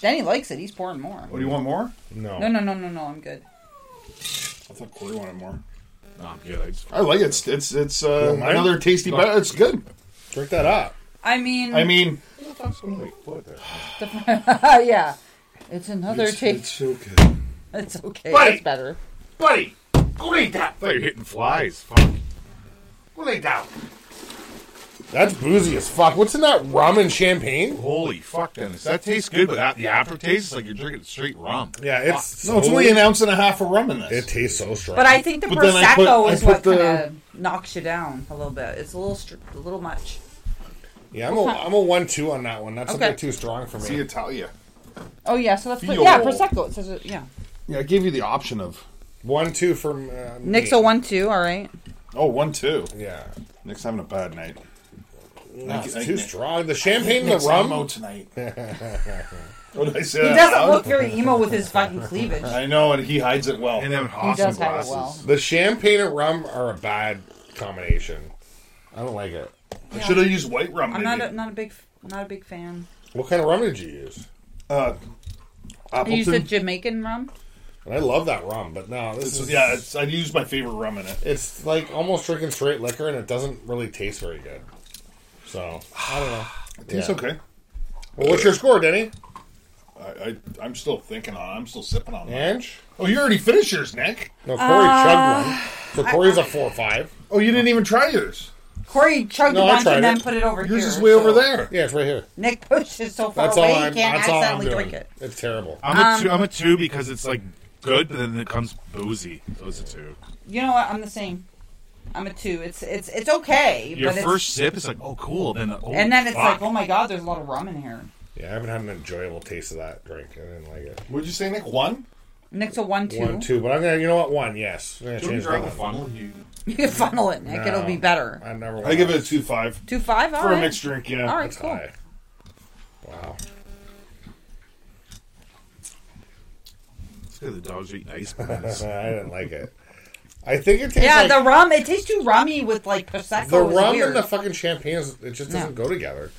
Speaker 4: Denny likes it. He's pouring more.
Speaker 3: What do you want more?
Speaker 1: No,
Speaker 4: No, no, no, no, no. I'm good.
Speaker 3: I thought Corey wanted more.
Speaker 2: No, I'm good. I just-
Speaker 3: I like it. It's it's, it's uh,
Speaker 1: mine?
Speaker 3: another tasty, but it's good.
Speaker 1: drink that up.
Speaker 4: I mean,
Speaker 3: I mean,
Speaker 4: uh, yeah. It's another
Speaker 3: it's,
Speaker 4: taste.
Speaker 3: it's so good.
Speaker 4: It's, okay.
Speaker 2: Right.
Speaker 4: That's better.
Speaker 2: buddy, go lay down. I thought you were hitting flies. Fuck. Go lay down.
Speaker 1: That's boozy as fuck. What's in that rum and champagne?
Speaker 2: Holy fuck, Dennis. That tastes good, but that, the aftertaste is like you're drinking straight rum.
Speaker 1: Yeah, it's
Speaker 3: No, it's only an ounce and a half of rum in this.
Speaker 1: Ah. It tastes so strong.
Speaker 4: But I think the
Speaker 3: But then I put-
Speaker 4: prosecco
Speaker 3: I
Speaker 4: is
Speaker 3: put
Speaker 4: what
Speaker 3: the-
Speaker 4: kind of knocks you down a little bit. It's a little, str- a little much.
Speaker 1: yeah, I'm a, I'm a one two on that one. That's
Speaker 4: Okay.
Speaker 1: a bit too strong for
Speaker 3: the
Speaker 1: me.
Speaker 3: Italia.
Speaker 4: Oh yeah, so that's put,
Speaker 3: Yo.
Speaker 4: yeah prosecco. It says it, yeah.
Speaker 3: Yeah, I gave you the option of
Speaker 1: One two from uh, me.
Speaker 4: Nick's a one two. All right.
Speaker 3: oh one two.
Speaker 1: Yeah,
Speaker 3: Nick's having a bad night.
Speaker 1: no, it's
Speaker 3: I-
Speaker 1: too
Speaker 3: I-
Speaker 1: strong. The champagne, and the rum.
Speaker 3: tonight. what did I say?
Speaker 4: He
Speaker 3: out
Speaker 4: doesn't
Speaker 3: loud?
Speaker 4: look very emo with his fucking cleavage.
Speaker 3: I know, and he hides it well.
Speaker 2: And then
Speaker 4: He
Speaker 2: awesome
Speaker 4: does have it
Speaker 2: glasses.
Speaker 4: well.
Speaker 1: The champagne and rum are a bad combination. I don't like it.
Speaker 3: I should have used white rum.
Speaker 4: I'm
Speaker 3: maybe.
Speaker 4: not a, not a big not a big fan.
Speaker 1: What kind of rum did you use?
Speaker 3: uh,
Speaker 4: You
Speaker 3: Appleton.
Speaker 4: said Jamaican rum.
Speaker 1: And I love that rum, but no, this
Speaker 3: It's-
Speaker 1: is
Speaker 3: yeah, it's, I'd use my favorite rum in it.
Speaker 1: it's like almost drinking straight liquor, and it doesn't really taste very good. So I don't know.
Speaker 3: [SIGHS] It's
Speaker 1: Yeah.
Speaker 3: okay.
Speaker 1: Well, what's your score, Denny?
Speaker 3: I, I, I'm still thinking on. it. I'm still sipping on. it.
Speaker 1: Ange?
Speaker 3: Oh, you already finished yours, Nick.
Speaker 1: No, Corey
Speaker 4: Uh,
Speaker 1: chugged one. So Corey's a four or five.
Speaker 3: Oh, you didn't even try yours.
Speaker 4: Corey chugged
Speaker 1: No,
Speaker 4: a
Speaker 1: I
Speaker 4: bunch
Speaker 1: tried
Speaker 4: and then
Speaker 1: it.
Speaker 4: put it over
Speaker 3: Yours
Speaker 4: here.
Speaker 3: is way
Speaker 4: so-
Speaker 3: over there.
Speaker 1: Yeah, it's right here.
Speaker 4: Nick pushed it so far
Speaker 1: That's all
Speaker 4: away
Speaker 1: I'm.
Speaker 4: he can't
Speaker 1: That's all I'm
Speaker 4: accidentally
Speaker 1: doing.
Speaker 4: drink it.
Speaker 1: It's terrible.
Speaker 2: I'm, a two, I'm a two because it's like good, but then it comes boozy. So it's a two.
Speaker 4: You know what? I'm the same. I'm a two. It's it's it's okay.
Speaker 2: Your
Speaker 4: but it's,
Speaker 2: first sip is like, oh, cool. Then, oh,
Speaker 4: and then it's
Speaker 2: fuck.
Speaker 4: like, oh my god, there's a lot of rum in here.
Speaker 1: Yeah, I haven't had an enjoyable taste of that drink. I didn't like it.
Speaker 3: What'd you say, Nick? One.
Speaker 4: Nick's a one two.
Speaker 1: One, two, but I'm gonna. You know what? One, yes. I'm gonna change that one.
Speaker 4: [LAUGHS] You can funnel it, Nick. It'll be better.
Speaker 1: I never.
Speaker 3: I give it a two five
Speaker 4: Two five. All
Speaker 3: for
Speaker 4: right.
Speaker 3: a mixed drink. Yeah.
Speaker 4: All right,
Speaker 1: It's
Speaker 4: cool.
Speaker 1: high. Wow.
Speaker 2: It's 'cause the dogs are eating ice [LAUGHS] cream.
Speaker 1: I didn't like it. I think it tastes
Speaker 4: Yeah,
Speaker 1: like
Speaker 4: the rum. It tastes too rummy with like prosecco.
Speaker 1: the
Speaker 4: is
Speaker 1: rum
Speaker 4: weird.
Speaker 1: and the fucking champagne is, it just doesn't
Speaker 4: No.
Speaker 1: go together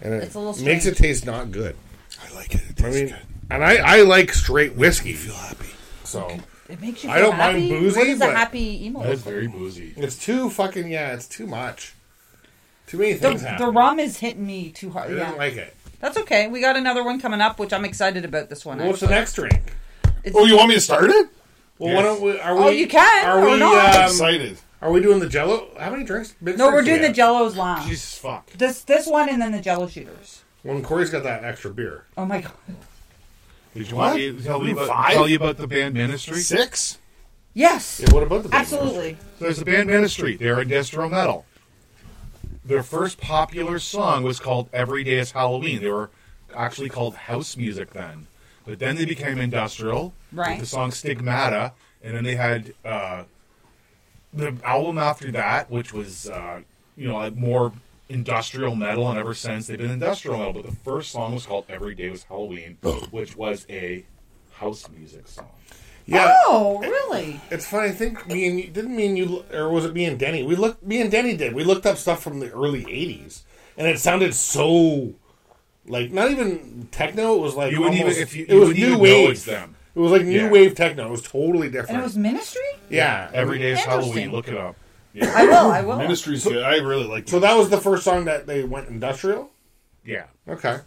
Speaker 1: and it
Speaker 4: It's a little
Speaker 1: makes it
Speaker 4: strange.
Speaker 1: taste not good
Speaker 3: I like it. It
Speaker 1: i
Speaker 3: tastes
Speaker 1: mean and i i like straight whiskey feel happy so
Speaker 4: It makes you.
Speaker 1: I
Speaker 4: Feel
Speaker 1: don't mind
Speaker 4: happy?
Speaker 1: boozy,
Speaker 4: What is a
Speaker 1: but-
Speaker 4: happy emo?
Speaker 2: It's very boozy.
Speaker 1: it's too fucking yeah it's too much too many things
Speaker 4: The, the
Speaker 1: happen.
Speaker 4: rum is hitting me too hard.
Speaker 1: i
Speaker 4: Yeah.
Speaker 1: didn't like it
Speaker 4: That's okay. We got another one coming up, which I'm excited about. This one.
Speaker 1: what's the
Speaker 4: actually.
Speaker 1: next drink
Speaker 4: It's,
Speaker 3: Oh, you want me to start it?
Speaker 1: Well, why don't we? Are we?
Speaker 4: Oh, you can,
Speaker 1: Are
Speaker 4: or
Speaker 1: we?
Speaker 4: not.
Speaker 1: Um,
Speaker 3: Excited.
Speaker 1: Are we doing the Jello? How many drinks? Big
Speaker 4: no, we're
Speaker 1: drinks do
Speaker 4: doing
Speaker 1: we
Speaker 4: the
Speaker 1: have?
Speaker 4: Jellos lounge.
Speaker 3: Jesus fuck.
Speaker 4: This this one and then the Jello shooters.
Speaker 1: When Corey's got that extra beer.
Speaker 4: Oh my god.
Speaker 2: Did you want me to tell you, about, tell you about the band Ministry?
Speaker 3: Six?
Speaker 4: Yes.
Speaker 1: Yeah, Uh, what about the? big ones?
Speaker 4: Absolutely.
Speaker 2: There's a band Ministry. They're industrial metal. Their first popular song was called Every Day is Halloween. They were actually called house music then. But then they became industrial.
Speaker 4: Right.
Speaker 2: With the song Stigmata. And then they had uh, the album after that, which was, uh, you know, like more industrial metal. And ever since, they've been industrial metal. But the first song was called Every Day was Halloween, which was a house music song.
Speaker 1: Yeah.
Speaker 4: Oh, really?
Speaker 1: It's funny. I think me and you, didn't me and you, or was it me and Denny? We looked. Me and Denny did. We looked up stuff from the early '80s, and it sounded so like not even techno. It was like
Speaker 2: You wouldn't even-
Speaker 1: almost,
Speaker 2: if you-
Speaker 1: it
Speaker 2: you
Speaker 1: was
Speaker 2: wouldn't
Speaker 1: new
Speaker 2: even know
Speaker 1: wave.
Speaker 2: it's them.
Speaker 1: It was like new
Speaker 2: Yeah.
Speaker 1: wave techno. It was totally different.
Speaker 4: And it was ministry?
Speaker 1: yeah.
Speaker 2: Every Day is
Speaker 4: Interesting.
Speaker 2: Halloween. Look it up.
Speaker 4: I will, I will.
Speaker 3: Ministry's good. I really like
Speaker 1: So that was the first song that they went industrial.
Speaker 2: Yeah.
Speaker 1: Okay.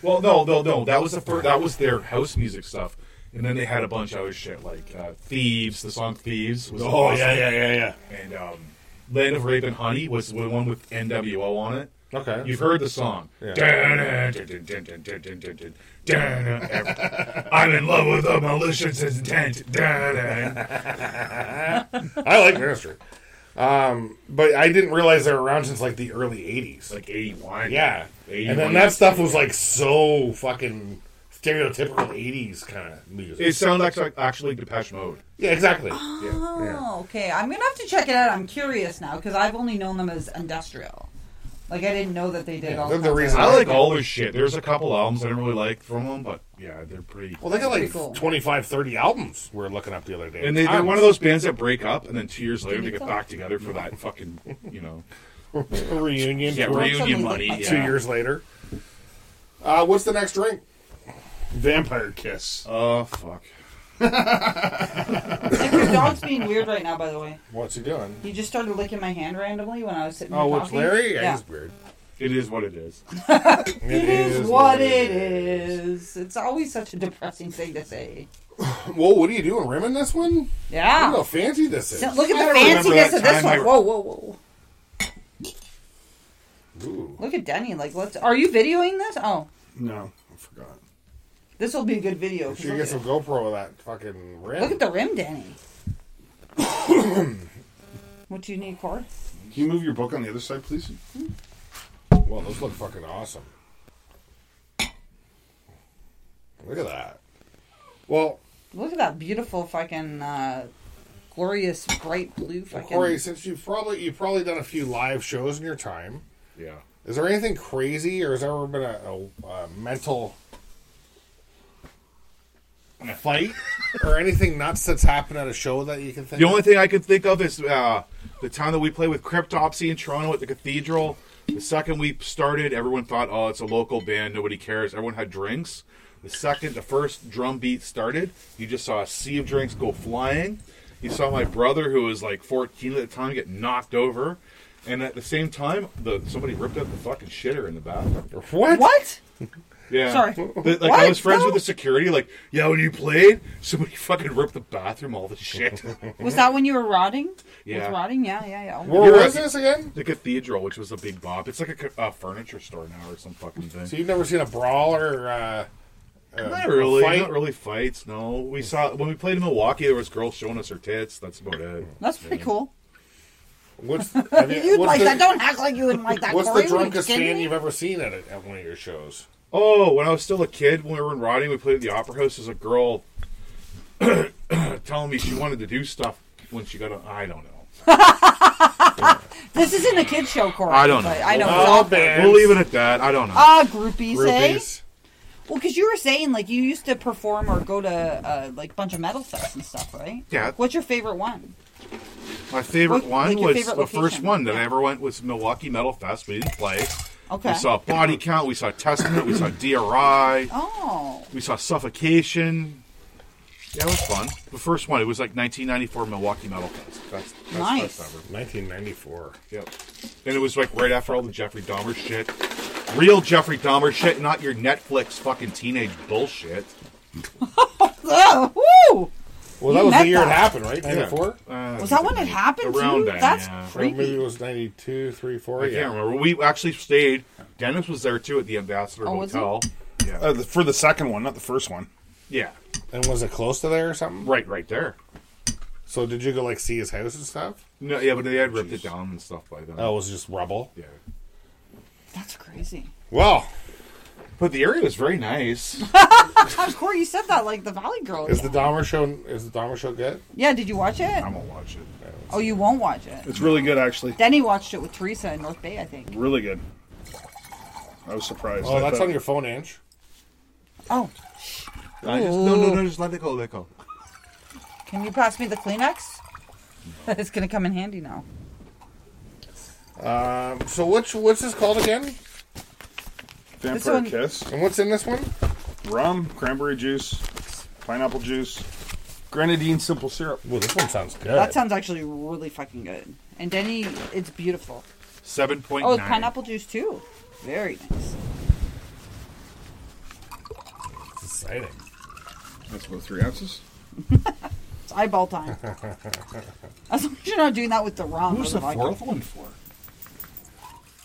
Speaker 2: Well, no, no, no. That was the first. That was their house music stuff, and then they had a bunch of other shit like uh, "Thieves." The song "Thieves" was
Speaker 3: Oh,
Speaker 2: awesome.
Speaker 3: yeah, yeah, yeah, yeah.
Speaker 2: And um, "Land of Rape and Honey" was the one with NWO on it.
Speaker 1: Okay.
Speaker 2: You've heard the song. Dun-dun, dun-dun, dun-dun, dun-dun, dun-dun, dun-dun, every- I'm in love with a malicious intent. Dun-dun.
Speaker 1: I
Speaker 4: [LAUGHS]
Speaker 1: like Ministry, um, but I didn't realize they were around since like the early '80s.
Speaker 2: Like eighty-one.
Speaker 1: Yeah, and then
Speaker 2: 81.
Speaker 1: that stuff was like so fucking stereotypical '80s kind of music.
Speaker 2: It sounds like actually Depeche Mode.
Speaker 1: yeah, exactly.
Speaker 4: Oh, okay. I'm gonna have to check it out. I'm curious now because I've only known them as industrial. Like I didn't know that they did all.
Speaker 1: they're the
Speaker 4: kinds of-
Speaker 1: reason-
Speaker 2: I like all their shit. There's a couple albums I don't really like from them, but yeah, they're pretty.
Speaker 1: Well, they got like
Speaker 4: Pretty cool.
Speaker 1: 25, 30 albums we were looking up the other day.
Speaker 2: And they, they're
Speaker 1: Tons.
Speaker 2: one of those bands that break up and then two years later they get back together for that fucking, you know,
Speaker 1: A reunion.
Speaker 2: yeah,
Speaker 1: tour
Speaker 2: reunion money.
Speaker 1: Two
Speaker 2: yeah.
Speaker 1: years later. Uh, what's the next drink?
Speaker 3: Vampire Kiss.
Speaker 2: Oh, fuck.
Speaker 4: Your dog's being weird right now. By the way,
Speaker 1: What's he doing?
Speaker 4: he just started licking my hand randomly when I was sitting.
Speaker 1: Oh,
Speaker 4: here
Speaker 1: it's
Speaker 4: talking.
Speaker 1: Larry. Yeah,
Speaker 4: Yeah.
Speaker 1: he's weird.
Speaker 2: It is what it is.
Speaker 4: It is what it is. It's always such a depressing thing to say.
Speaker 1: Whoa, what are you doing? Rimming this one? Look how
Speaker 4: Yeah.
Speaker 1: fancy this is.
Speaker 4: So Look
Speaker 2: I
Speaker 4: at the
Speaker 2: remember
Speaker 4: fanciness
Speaker 2: that
Speaker 4: of this
Speaker 2: time I-
Speaker 4: one. Whoa, whoa, whoa.
Speaker 1: Ooh,
Speaker 4: Look at Denny. Like, let's. Are you videoing this? Oh,
Speaker 3: No, I forgot.
Speaker 4: this will be a good video. 'cause
Speaker 1: should
Speaker 4: Look,
Speaker 1: get
Speaker 4: at
Speaker 1: some
Speaker 4: it.
Speaker 1: GoPro of that fucking rim.
Speaker 4: Look at the rim, Denny. what do you need, Cord?
Speaker 3: Can you move your book on the other side, please?
Speaker 1: Well, those look fucking awesome. Look at that. Well,
Speaker 4: Look at that beautiful fucking uh, glorious bright blue fucking.
Speaker 1: Corey, since you've probably you've probably done a few live shows in your time,
Speaker 2: Yeah.
Speaker 1: is there anything crazy or has there ever been a, a, a mental fight or anything nuts that's happened at a show that you can think?
Speaker 2: The only thing I can think of is uh, the time that we played with Cryptopsy in Toronto at the Cathedral. The second we started, everyone thought, oh, it's a local band. Nobody cares. Everyone had drinks. The second the first drum beat started, you just saw a sea of drinks go flying. You saw my brother, who was like 14 at the time, get knocked over. And at the same time, the somebody ripped up the fucking shitter in the bathroom.
Speaker 1: of? What?
Speaker 4: What?
Speaker 2: Yeah.
Speaker 4: Sorry.
Speaker 2: The- like
Speaker 4: What?
Speaker 2: I was friends
Speaker 4: No.
Speaker 2: with the security. Like, yeah, when you played, somebody [LAUGHS] fucking ripped the bathroom. All the shit.
Speaker 4: Was that when you were rotting?
Speaker 2: Yeah.
Speaker 4: Was rotting? Yeah, yeah, yeah.
Speaker 1: Where
Speaker 2: You're
Speaker 1: was
Speaker 2: right.
Speaker 1: this again?
Speaker 2: The Cathedral, which was a big bop. It's like a, ca- a furniture store now or some fucking thing.
Speaker 1: So you've never seen a brawl or uh,
Speaker 2: not really,
Speaker 1: fight?
Speaker 2: not really fights. No, we saw when we played in Milwaukee. There was girls showing us her tits. That's about it.
Speaker 4: That's pretty cool. [LAUGHS]
Speaker 1: what's have you,
Speaker 4: You'd
Speaker 1: what's
Speaker 4: like
Speaker 1: the-
Speaker 4: that. Don't act like you wouldn't like that.
Speaker 1: What's
Speaker 4: Corey.
Speaker 1: the
Speaker 4: Are you
Speaker 1: drunkest
Speaker 4: kidding
Speaker 1: fan
Speaker 4: me?
Speaker 1: you've ever seen at, at one of your shows?
Speaker 2: Oh, when I was still a kid, when we were in Rodney, we played at the Opera House. There's a girl [COUGHS] telling me she wanted to do stuff when she got on. I don't know.
Speaker 4: This isn't a kid show, Corey.
Speaker 2: I don't know.
Speaker 4: but I know. it's
Speaker 1: Well,
Speaker 4: all
Speaker 1: band.
Speaker 2: We'll leave it at that. I don't know.
Speaker 4: Ah, groupies, eh?
Speaker 1: Oh, Groupies.
Speaker 4: Well, because you were saying like you used to perform or go to uh, like bunch of metal fests and stuff, right?
Speaker 2: Yeah.
Speaker 4: What's your favorite one?
Speaker 2: My favorite
Speaker 4: What-
Speaker 2: one
Speaker 4: like your
Speaker 2: was
Speaker 4: favorite
Speaker 2: the
Speaker 4: location?
Speaker 2: first one that
Speaker 4: Yeah.
Speaker 2: I ever went was Milwaukee Metal Fest. We didn't play.
Speaker 4: Okay.
Speaker 2: We saw Body Count. We saw Testament. we saw DRI.
Speaker 4: Oh,
Speaker 2: We saw Suffocation. Yeah, it was fun. The first one, it was like 1994 Milwaukee Metal Fest. That's, that's
Speaker 4: Nice.
Speaker 2: Best ever.
Speaker 1: 1994.
Speaker 2: Yep. And it was like right after all the Jeffrey Dahmer shit. Real Jeffrey
Speaker 1: Uh,
Speaker 2: Dahmer shit, not your Netflix fucking teenage bullshit.
Speaker 4: oh,
Speaker 1: Well,
Speaker 4: You
Speaker 1: that was
Speaker 4: met
Speaker 1: the year it
Speaker 4: that.
Speaker 1: happened, right?
Speaker 2: Uh,
Speaker 1: 94?
Speaker 4: Was that when it happened? to
Speaker 2: Around
Speaker 4: you?
Speaker 2: then,
Speaker 4: That's
Speaker 2: yeah.
Speaker 1: Or maybe it
Speaker 4: creepy.
Speaker 1: was 92, 3, 4.
Speaker 2: I
Speaker 1: yeah.
Speaker 2: can't remember. We actually stayed. Dennis was there too at the Ambassador
Speaker 4: Oh, was he?
Speaker 2: Hotel. Yeah.
Speaker 8: Uh, the, for the second one, not the first one.
Speaker 2: yeah.
Speaker 1: And was it close to there or something?
Speaker 2: Right, right there.
Speaker 1: So did you go like see his house and stuff?
Speaker 2: No, yeah, but they had ripped it down and stuff by then.
Speaker 1: Oh, it was just rubble.
Speaker 2: Yeah.
Speaker 4: That's crazy.
Speaker 1: Well,
Speaker 2: But the area was very nice.
Speaker 4: Of course, you said that like the Valley Girl.
Speaker 1: is the Dahmer show is the Dahmer show good?
Speaker 4: Yeah, did you watch it?
Speaker 2: I'm gonna watch it.
Speaker 4: Oh, you won't watch it.
Speaker 8: It's really good, actually.
Speaker 4: Denny watched it with Teresa in North Bay, I think.
Speaker 8: Really good. I was surprised.
Speaker 1: Oh,
Speaker 8: I
Speaker 1: that's
Speaker 8: thought-
Speaker 1: on your phone, Inch.
Speaker 4: Oh,
Speaker 2: I just, no, no, no, just let it go, let it go.
Speaker 4: can you pass me the Kleenex? [LAUGHS] it's gonna come in handy now.
Speaker 1: Um, so which what's this called again?
Speaker 8: Vampire
Speaker 4: one-
Speaker 8: Kiss.
Speaker 1: And what's in this one?
Speaker 8: Rum, cranberry juice, pineapple juice, grenadine simple syrup.
Speaker 1: Well, this one sounds good.
Speaker 4: That sounds actually really fucking good. And Denny, it's beautiful.
Speaker 2: Seven point
Speaker 4: Oh,
Speaker 2: nine.
Speaker 4: it's pineapple juice too. Very nice.
Speaker 1: exciting.
Speaker 8: That's about three ounces.
Speaker 4: It's eyeball time. As long as you're not doing that with the rum. or
Speaker 2: Who's the
Speaker 4: vodka.
Speaker 2: fourth one for?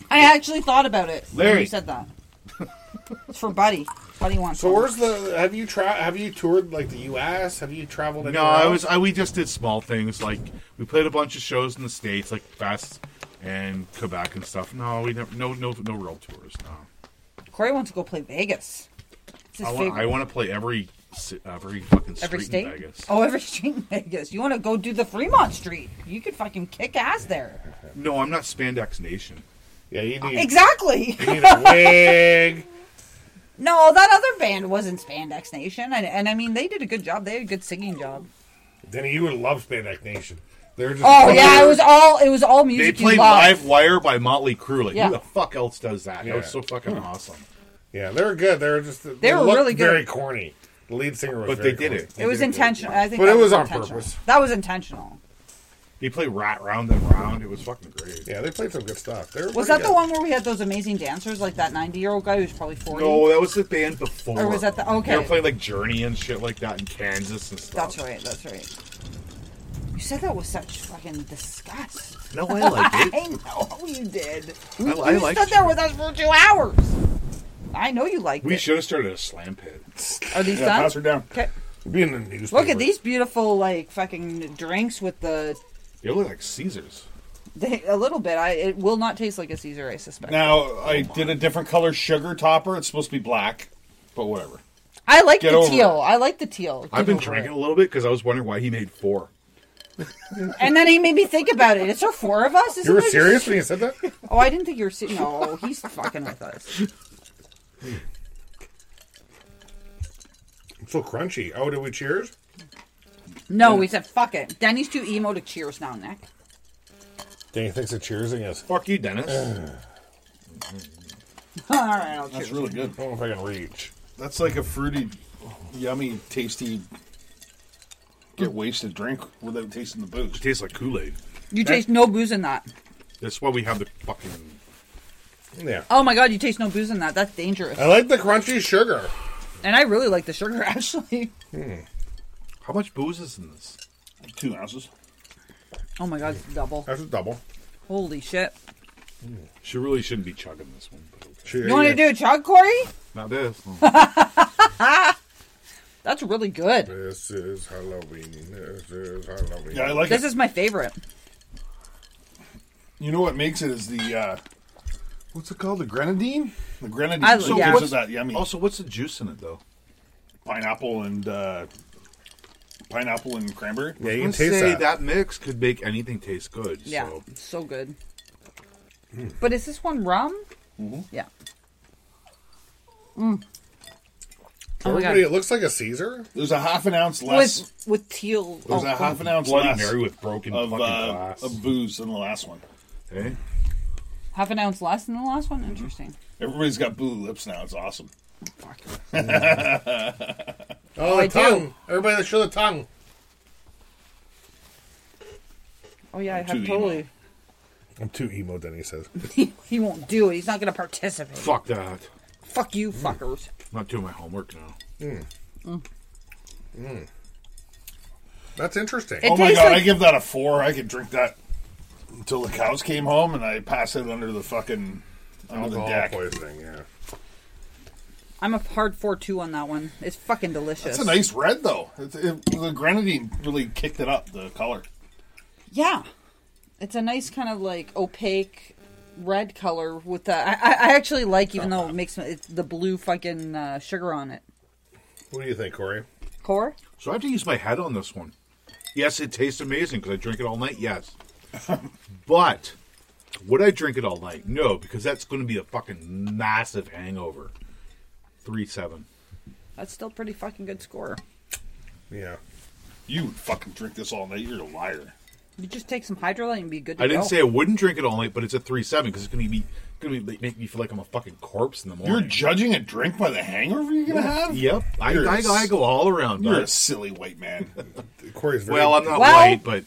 Speaker 4: I actually thought about it. when
Speaker 2: Larry.
Speaker 4: you said that. it's for Buddy. Buddy wants.
Speaker 1: So
Speaker 4: one.
Speaker 1: where's the have you tra- have you toured like the U.S. Have you traveled?
Speaker 2: No,
Speaker 1: anywhere
Speaker 2: I
Speaker 1: else?
Speaker 2: was. I, we just did small things like we played a bunch of shows in the states, like Fest and Quebec and stuff. No, we never. No, no, no real tours. No,
Speaker 4: Corey wants to go play Vegas. It's his
Speaker 2: I want.
Speaker 4: favorite.
Speaker 2: I want to play every, ci- every fucking street
Speaker 4: every
Speaker 2: in
Speaker 4: state.
Speaker 2: Vegas.
Speaker 4: Oh, every [LAUGHS] street in Vegas. You want to go do the Fremont Street? You could fucking kick ass there.
Speaker 2: No, I'm not Spandex Nation.
Speaker 1: Yeah, you need,
Speaker 4: Exactly.
Speaker 1: you need a wig. [LAUGHS]
Speaker 4: No, that other band wasn't Spandex Nation, and, and I mean they did a good job. They had a good singing job.
Speaker 1: Denny, you would love Spandex Nation. They're just
Speaker 4: Oh yeah, it was all it was all music.
Speaker 2: They
Speaker 4: you
Speaker 2: played
Speaker 4: loved.
Speaker 2: Live Wire by Motley Crue. Like,
Speaker 4: Yeah.
Speaker 2: who the fuck else does that? That was
Speaker 1: Yeah.
Speaker 2: so fucking awesome.
Speaker 1: yeah, they're good. They're just they,
Speaker 4: were
Speaker 1: looked
Speaker 4: really good.
Speaker 1: Very corny. The lead singer was,
Speaker 2: But
Speaker 1: very
Speaker 2: they did
Speaker 1: corny.
Speaker 2: it.
Speaker 4: It was
Speaker 1: did
Speaker 4: intentional. I think,
Speaker 1: But
Speaker 4: that
Speaker 1: it was on
Speaker 4: intentional.
Speaker 1: purpose.
Speaker 4: That was intentional.
Speaker 2: They play Rat Round and Round. It was fucking great.
Speaker 1: Yeah, they played some good stuff. They were
Speaker 4: Was
Speaker 1: pretty
Speaker 4: that the
Speaker 1: good.
Speaker 4: one where we had those amazing dancers, like that ninety-year-old guy who's probably forty?
Speaker 2: No, that was the band before.
Speaker 4: Or was that the- okay.
Speaker 2: They were playing like Journey and shit like that in Kansas and stuff.
Speaker 4: that's right. That's right. You said that with such fucking disgust.
Speaker 2: No, I
Speaker 4: [LAUGHS]
Speaker 2: like
Speaker 4: I know you did.
Speaker 2: I,
Speaker 4: You
Speaker 2: I like.
Speaker 4: stood there with us for two hours. I know you liked
Speaker 2: We
Speaker 4: it.
Speaker 2: should have started a slam
Speaker 4: [LAUGHS]
Speaker 2: pit.
Speaker 4: Are these
Speaker 8: Yeah,
Speaker 4: done?
Speaker 8: pass her down.
Speaker 4: Okay.
Speaker 1: Be in the newspaper.
Speaker 4: Look at these beautiful, like fucking drinks with the.
Speaker 2: They look like Caesars.
Speaker 4: They, a little bit. I it will not taste like a Caesar. I suspect.
Speaker 8: Now, I did a different color sugar topper. It's supposed to be black, but whatever.
Speaker 4: I like
Speaker 8: Get
Speaker 4: the
Speaker 8: over
Speaker 4: teal. I like the teal.
Speaker 2: I've
Speaker 4: Get
Speaker 2: been
Speaker 4: over
Speaker 2: drinking
Speaker 4: it.
Speaker 2: a little bit because I was wondering why he made four.
Speaker 4: and then he made me think about it. Is there four of us? Isn't
Speaker 1: You were
Speaker 4: there
Speaker 1: serious
Speaker 4: just-
Speaker 1: when you said that?
Speaker 4: Oh, I didn't think you were serious. No, he's fucking with us.
Speaker 1: It's so crunchy. Oh, did we cheers?
Speaker 4: No, we said fuck it. Denny's too emo to cheers now, Nick. [LAUGHS]
Speaker 1: Danny thinks of cheersing is.
Speaker 2: Fuck you,
Speaker 8: Uh.
Speaker 2: Dennis.
Speaker 4: All right, I'll cheers.
Speaker 8: It's really good.
Speaker 1: I don't know if I can reach.
Speaker 8: That's like a fruity, yummy, tasty, get wasted drink without tasting the booze.
Speaker 2: it tastes like Kool Aid.
Speaker 4: You taste no booze in that.
Speaker 2: That's why we have the fucking.
Speaker 1: Yeah.
Speaker 4: Oh my god, you taste no booze in that. That's dangerous.
Speaker 1: I like the crunchy sugar.
Speaker 4: And I really like the sugar [LAUGHS] actually.
Speaker 2: How much booze is in this?
Speaker 8: Two ounces.
Speaker 4: Oh my god, it's double.
Speaker 1: That's a double.
Speaker 4: Holy shit.
Speaker 2: She really shouldn't be chugging this one. But okay.
Speaker 1: Cheers.
Speaker 4: You want to do a chug, Corey?
Speaker 2: Not this.
Speaker 4: That's really good.
Speaker 1: This is Halloween. This is Halloween.
Speaker 8: Yeah, I like
Speaker 4: This
Speaker 8: it.
Speaker 4: is my favorite.
Speaker 8: You know what makes it is the uh, what's it called? The grenadine. The grenadine.
Speaker 4: I-
Speaker 8: so
Speaker 4: yeah.
Speaker 8: gives it
Speaker 4: What's-
Speaker 8: that yummy
Speaker 2: [LAUGHS] also, what's the juice in it though?
Speaker 8: pineapple and uh, pineapple and cranberry.
Speaker 1: Yeah, you
Speaker 2: I
Speaker 1: can
Speaker 2: would
Speaker 1: taste
Speaker 2: say
Speaker 1: that.
Speaker 2: mix could make anything taste good.
Speaker 4: Yeah,
Speaker 2: So.
Speaker 4: it's so good. But is this one rum?
Speaker 3: Mm-hmm.
Speaker 4: Yeah. Oh my God.
Speaker 1: Everybody, it looks like a Caesar.
Speaker 8: There's a half an ounce less.
Speaker 4: With with teal.
Speaker 8: there's
Speaker 4: oh,
Speaker 8: a half an ounce
Speaker 2: Bloody
Speaker 8: less
Speaker 2: Mary with broken
Speaker 8: of,
Speaker 2: fucking
Speaker 8: uh,
Speaker 2: glass.
Speaker 8: of booze than the last one.
Speaker 2: Eh?
Speaker 4: half an ounce less than the last one. Interesting.
Speaker 8: Everybody's got blue lips now. It's awesome.
Speaker 1: Oh,
Speaker 4: I
Speaker 1: the
Speaker 4: do.
Speaker 1: tongue. Everybody, show the tongue.
Speaker 4: Oh yeah, I
Speaker 8: Too
Speaker 4: have
Speaker 8: emo.
Speaker 4: totally. [LAUGHS]
Speaker 1: I'm too emo, Denny says.
Speaker 4: He won't do it. He's not gonna participate.
Speaker 2: Fuck that.
Speaker 4: Fuck you, fuckers.
Speaker 2: I'm not doing my homework now.
Speaker 1: That's interesting.
Speaker 4: It
Speaker 3: Oh my
Speaker 4: tastes
Speaker 3: god, I
Speaker 4: like-
Speaker 3: give that a four. I could drink that until the cows came home and I pass it under the fucking under the
Speaker 1: Alcohol
Speaker 3: deck.
Speaker 1: poisoning, yeah.
Speaker 4: I'm a hard four two on that one. It's fucking delicious.
Speaker 3: It's a nice red though. It's, it, the grenadine really kicked it up the color.
Speaker 4: yeah, it's a nice kind of like opaque red color with the. I, I- I actually like even though it makes me- it's the blue fucking uh, sugar on it.
Speaker 1: What do you think, Corey?
Speaker 4: Core.
Speaker 2: So I have to use my head on this one. Yes, it tastes amazing because I drink it all night. Yes, but would I drink it all night? No, because that's going to be a fucking massive hangover. Three seven.
Speaker 4: That's still pretty fucking good score.
Speaker 1: Yeah.
Speaker 3: You would fucking drink this all night. You're a liar.
Speaker 4: You just take some hydrolite and be good to
Speaker 2: I
Speaker 4: go.
Speaker 2: didn't say I wouldn't drink it all night, but it's a three seven because it's going to be going to be make me feel like I'm a fucking corpse in the
Speaker 3: You're
Speaker 2: morning.
Speaker 3: judging a drink by the hangover you're gonna have.
Speaker 2: Yep, I,
Speaker 3: You're a
Speaker 2: I,
Speaker 3: s-
Speaker 2: I go all around.
Speaker 3: You're
Speaker 2: bud.
Speaker 3: a silly white man.
Speaker 1: Corey's very
Speaker 2: Well, I'm not
Speaker 4: Well,
Speaker 2: white, but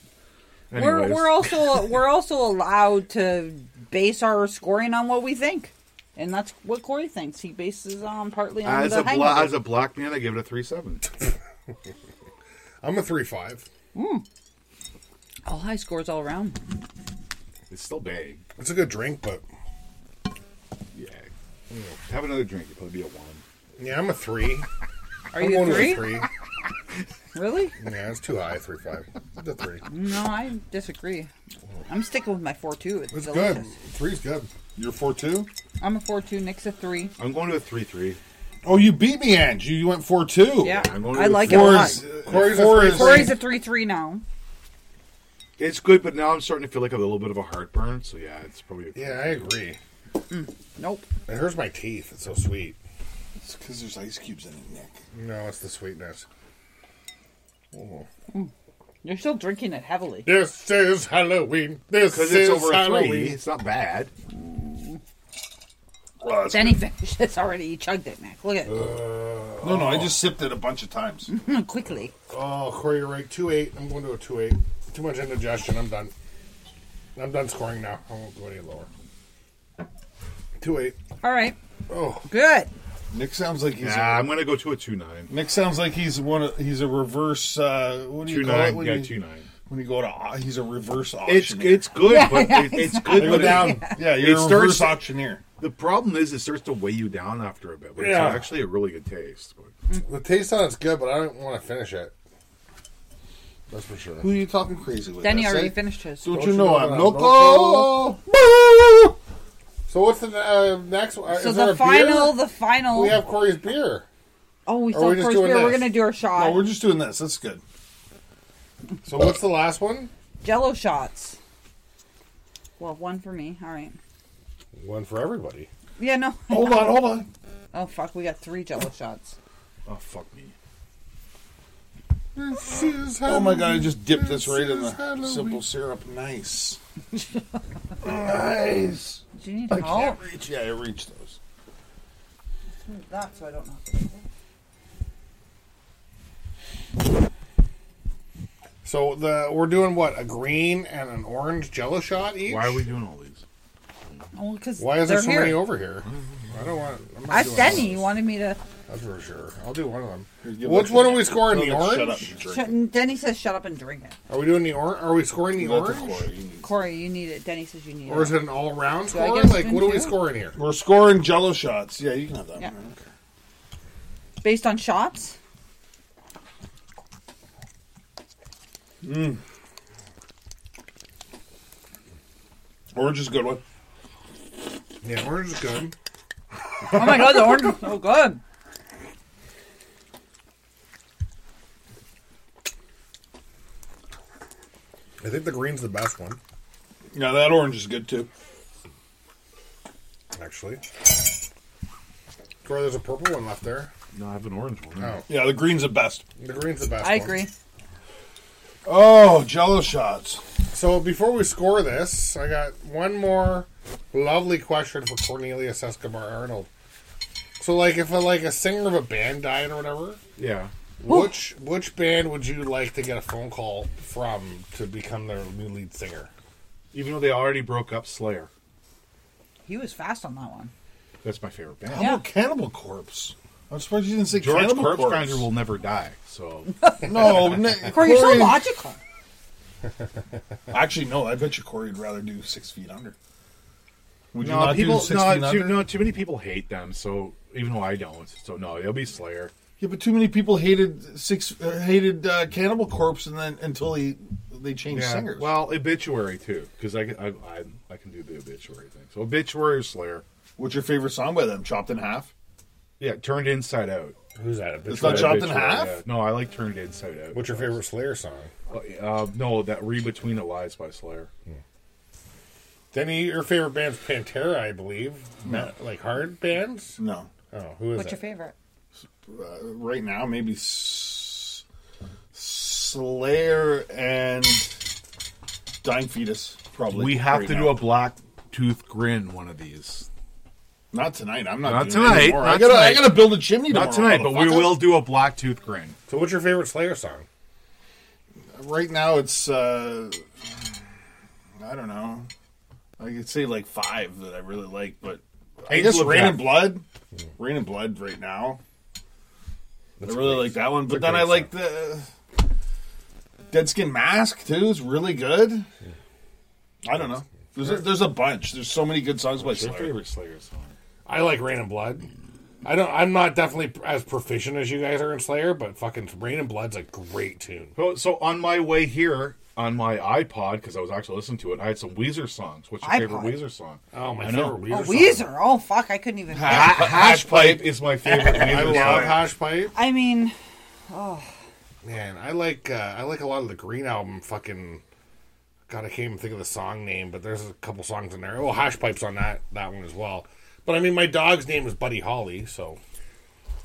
Speaker 4: We're,
Speaker 2: anyways.
Speaker 4: we're also we're also allowed to base our scoring on what we think, and that's what Corey thinks. He bases on partly on
Speaker 2: as
Speaker 4: the
Speaker 2: a bla-
Speaker 4: hangover.
Speaker 2: as a black man, I give it a three seven.
Speaker 1: I'm a three five.
Speaker 4: all high scores all around.
Speaker 2: It's still big.
Speaker 1: It's a good drink, but
Speaker 2: Yeah. Have another drink. It'll probably be a one.
Speaker 1: yeah, I'm a three.
Speaker 4: Are
Speaker 1: I'm
Speaker 4: you
Speaker 1: going
Speaker 4: three?
Speaker 1: with a three.
Speaker 4: Really?
Speaker 1: Yeah, it's too high. Three five. The
Speaker 4: [LAUGHS]
Speaker 1: three.
Speaker 4: No, I disagree. I'm sticking with my four two. It's,
Speaker 1: It's
Speaker 4: delicious.
Speaker 1: good. Three's good.
Speaker 3: [LAUGHS] You're four two.
Speaker 4: I'm a four two. Nick's a three.
Speaker 2: I'm going to a three three.
Speaker 3: Oh, you beat me, Ange. You, you went four two.
Speaker 4: Yeah,
Speaker 2: I'm going
Speaker 4: I
Speaker 2: with
Speaker 4: like it a
Speaker 3: Four
Speaker 4: lot.
Speaker 3: is, uh,
Speaker 1: Corey's a
Speaker 3: four
Speaker 1: three
Speaker 3: is
Speaker 4: Corey's a three three now.
Speaker 2: It's good, but now I'm starting to feel like a little bit of a heartburn. So yeah, it's probably. A-
Speaker 1: Yeah, I agree.
Speaker 4: Nope.
Speaker 1: It hurts my teeth. It's so sweet.
Speaker 3: because there's ice cubes in it, Nick.
Speaker 1: No, it's the sweetness. Oh.
Speaker 4: You're still drinking it heavily.
Speaker 1: This is Halloween. This
Speaker 2: Because
Speaker 1: is
Speaker 2: it's over a
Speaker 1: Halloween.
Speaker 2: three, it's not bad.
Speaker 4: Then he finished. [LAUGHS] It's already he chugged it, Nick. Look at it.
Speaker 3: No, no, I just sipped it a bunch of times.
Speaker 4: quickly.
Speaker 1: Oh, Corey, you're right. Two eight. I'm going to a two eight. Too much indigestion. I'm done. I'm done scoring now. I won't go any lower. Two eight.
Speaker 4: All right.
Speaker 1: Oh,
Speaker 4: Good.
Speaker 3: Nick sounds like he's.
Speaker 2: Yeah,
Speaker 3: a-
Speaker 2: I'm going to go to a two nine.
Speaker 3: Nick sounds like he's one. Of, he's a reverse. Uh, what do you
Speaker 2: Two
Speaker 3: call it
Speaker 2: nine.
Speaker 3: when,
Speaker 2: Yeah,
Speaker 3: you,
Speaker 2: two nine.
Speaker 3: when you go to? au- He's a reverse auctioneer.
Speaker 2: It's it's good,
Speaker 3: [LAUGHS]
Speaker 2: but it, it's good.
Speaker 3: They
Speaker 2: but
Speaker 3: go
Speaker 2: it-
Speaker 3: down. Yeah, you're
Speaker 2: it
Speaker 3: a
Speaker 2: starts.
Speaker 3: reverse auctioneer.
Speaker 2: the problem is, it starts to weigh you down after a bit. But
Speaker 1: Yeah.
Speaker 2: it's actually a really good taste.
Speaker 1: the taste on it's good, but I don't want to finish it. That's for sure.
Speaker 3: Who are you talking crazy with?
Speaker 4: Then he
Speaker 3: That's
Speaker 4: already
Speaker 3: it?
Speaker 4: finished his.
Speaker 3: Don't, you know I'm local?
Speaker 1: local? Boo! So what's the uh, next one?
Speaker 4: So
Speaker 1: is there
Speaker 4: the
Speaker 1: a
Speaker 4: final,
Speaker 1: Beer?
Speaker 4: the final.
Speaker 1: We have Corey's beer.
Speaker 4: oh, we
Speaker 1: are
Speaker 4: still
Speaker 1: we
Speaker 4: have
Speaker 1: just
Speaker 4: first
Speaker 1: doing
Speaker 4: beer. We're
Speaker 1: this?
Speaker 4: gonna do our shot.
Speaker 3: No, we're just doing this. That's good.
Speaker 1: So what's the last one?
Speaker 4: Jello shots. Well, one for me. All right.
Speaker 1: One for everybody.
Speaker 4: Yeah. No. [LAUGHS]
Speaker 3: Hold on, hold on.
Speaker 4: Oh fuck, we got three Jello shots.
Speaker 2: Oh fuck me.
Speaker 3: Oh my god, I just dipped this right in the simple syrup. Nice. nice.
Speaker 4: Do you need
Speaker 3: I
Speaker 4: help?
Speaker 3: can't reach. Yeah, I reached those.
Speaker 4: That so I don't know.
Speaker 1: So the we're doing what? A green and an orange jello shot each.
Speaker 2: Why are we doing all these?
Speaker 4: Oh, because
Speaker 1: Why is
Speaker 4: they're
Speaker 1: there so
Speaker 4: here.
Speaker 1: many over here? I don't want. I'm not
Speaker 4: I
Speaker 1: doing
Speaker 4: said
Speaker 1: all
Speaker 4: you
Speaker 1: this.
Speaker 4: wanted me to.
Speaker 1: That's for sure. I'll do one of them.
Speaker 3: give
Speaker 1: Which
Speaker 3: it
Speaker 1: one
Speaker 3: to
Speaker 1: are we
Speaker 3: me.
Speaker 1: scoring?
Speaker 3: Tell
Speaker 1: The
Speaker 2: Oh,
Speaker 3: them to
Speaker 1: orange.
Speaker 3: Shut up and drink.
Speaker 4: Shut, Denny says, "Shut up and drink it."
Speaker 1: Are we doing the orange? Are we scoring the
Speaker 3: Let the
Speaker 1: orange?
Speaker 3: core eat.
Speaker 4: Corey, you need it. Denny says you need
Speaker 1: Or
Speaker 4: it.
Speaker 1: is it an all-round
Speaker 4: I
Speaker 1: score?
Speaker 4: get
Speaker 1: Like, what are we
Speaker 4: spoon too?
Speaker 1: scoring here?
Speaker 3: We're scoring jello shots. Yeah, you can have that
Speaker 4: Yeah.
Speaker 3: one. Okay.
Speaker 4: Based on shots.
Speaker 3: Orange is a good one.
Speaker 1: Yeah, orange is good.
Speaker 4: Oh my god, the orange is
Speaker 1: [LAUGHS]
Speaker 4: so good.
Speaker 1: I think the green's the best one,
Speaker 3: Yeah, that orange is good too.
Speaker 1: actually. Corey, there's a purple one left there.
Speaker 2: No, I have an orange one.
Speaker 1: Oh,
Speaker 3: Yeah, the green's the best.
Speaker 1: the green's the best.
Speaker 4: I
Speaker 1: one.
Speaker 4: agree.
Speaker 3: Oh, jello shots.
Speaker 1: So before we score this, I got one more lovely question for Cornelius Escobar Arnold. So, like, if a, like a singer of a band died or whatever,
Speaker 2: Yeah.
Speaker 1: which which band would you like to get a phone call from to become their new lead singer?
Speaker 2: Even though they already broke up, Slayer.
Speaker 4: He was fast on that one.
Speaker 2: That's my favorite band.
Speaker 3: How about Cannibal Corpse? I'm surprised you didn't say
Speaker 2: George
Speaker 3: Cannibal
Speaker 2: Corpse
Speaker 3: Corpse.
Speaker 2: Grinder will never die. So
Speaker 3: [LAUGHS] No, ne-
Speaker 4: [LAUGHS] Corey, you're so
Speaker 3: Corey-
Speaker 4: logical.
Speaker 3: Actually, no. I bet you Corey'd rather do six feet under. Would you
Speaker 2: no,
Speaker 3: not
Speaker 2: people,
Speaker 3: do six feet
Speaker 2: no,
Speaker 3: under?
Speaker 2: too, no, too many people hate them. So even though I don't, so no, it'll be Slayer.
Speaker 3: Yeah, but too many people hated six uh, hated uh, Cannibal Corpse, and then until he they changed singers.
Speaker 2: Well, obituary too, because I, can- I, I, I can do the obituary thing. So obituary or Slayer.
Speaker 3: What's your favorite song by them? Chopped in Half.
Speaker 2: Yeah, turned inside out.
Speaker 1: Who's that?
Speaker 3: It's not chopped in
Speaker 2: Obituary,
Speaker 3: half.
Speaker 2: yeah. No, I like turned inside out.
Speaker 1: What's your favorite Slayer song?
Speaker 2: Uh, no, that read between the lies by Slayer.
Speaker 1: Denny, your favorite band's Pantera, I believe. Not, like hard bands.
Speaker 3: No,
Speaker 1: Oh, who is it?
Speaker 4: What's your favorite?
Speaker 3: uh, right now maybe S- Slayer and Dying Fetus. Probably
Speaker 2: We have
Speaker 3: right
Speaker 2: to
Speaker 3: now.
Speaker 2: do a black tooth grin one of these.
Speaker 3: not tonight. I'm not,
Speaker 2: Not
Speaker 3: doing it
Speaker 2: tonight,
Speaker 3: anymore. I
Speaker 2: not
Speaker 3: gotta I
Speaker 2: tonight.
Speaker 3: gotta build a chimney.
Speaker 2: Not
Speaker 3: tomorrow,
Speaker 2: tonight, but we
Speaker 3: motherfucker.
Speaker 2: will do a black tooth grin.
Speaker 1: so, what's your favorite Slayer song?
Speaker 3: Right now it's uh, I don't know. I could say like five that I really like, but I
Speaker 2: Angel
Speaker 3: guess
Speaker 2: of
Speaker 3: Rain
Speaker 2: Death.
Speaker 3: and Blood.
Speaker 2: Hmm.
Speaker 3: Rain and Blood right now. I really like that one. But then
Speaker 1: great
Speaker 3: I like the Dead Skin Mask too. It's really good. I don't know. There's a, there's a bunch. There's so many good songs by
Speaker 2: Your
Speaker 3: Slayer.
Speaker 2: favorite Slayer song?
Speaker 1: I like Rain and Blood. I don't. I'm not definitely as proficient as you guys are in Slayer, but fucking Rain and Blood's a great tune.
Speaker 2: So, so on my way here on my iPod, because I was actually listening to it, I had some Weezer songs. What's your favorite
Speaker 4: iPod?
Speaker 2: Weezer song?
Speaker 1: Oh my
Speaker 2: I know.
Speaker 1: favorite
Speaker 4: Oh,
Speaker 1: Weezer. song.
Speaker 4: Weezer. Oh, fuck. I couldn't even.
Speaker 2: Ha- Hash Pipe is my
Speaker 1: [LAUGHS]
Speaker 2: favorite
Speaker 1: I
Speaker 2: Weezer
Speaker 1: love
Speaker 2: song.
Speaker 1: Hash Pipe.
Speaker 4: I mean,
Speaker 1: Man, I like uh, I like a lot of the Green album. Fucking God, I can't even think of the song name, but there's a couple songs in there. Oh, Hash Pipe's on that that one as well. But I mean, my dog's name is Buddy Holly, so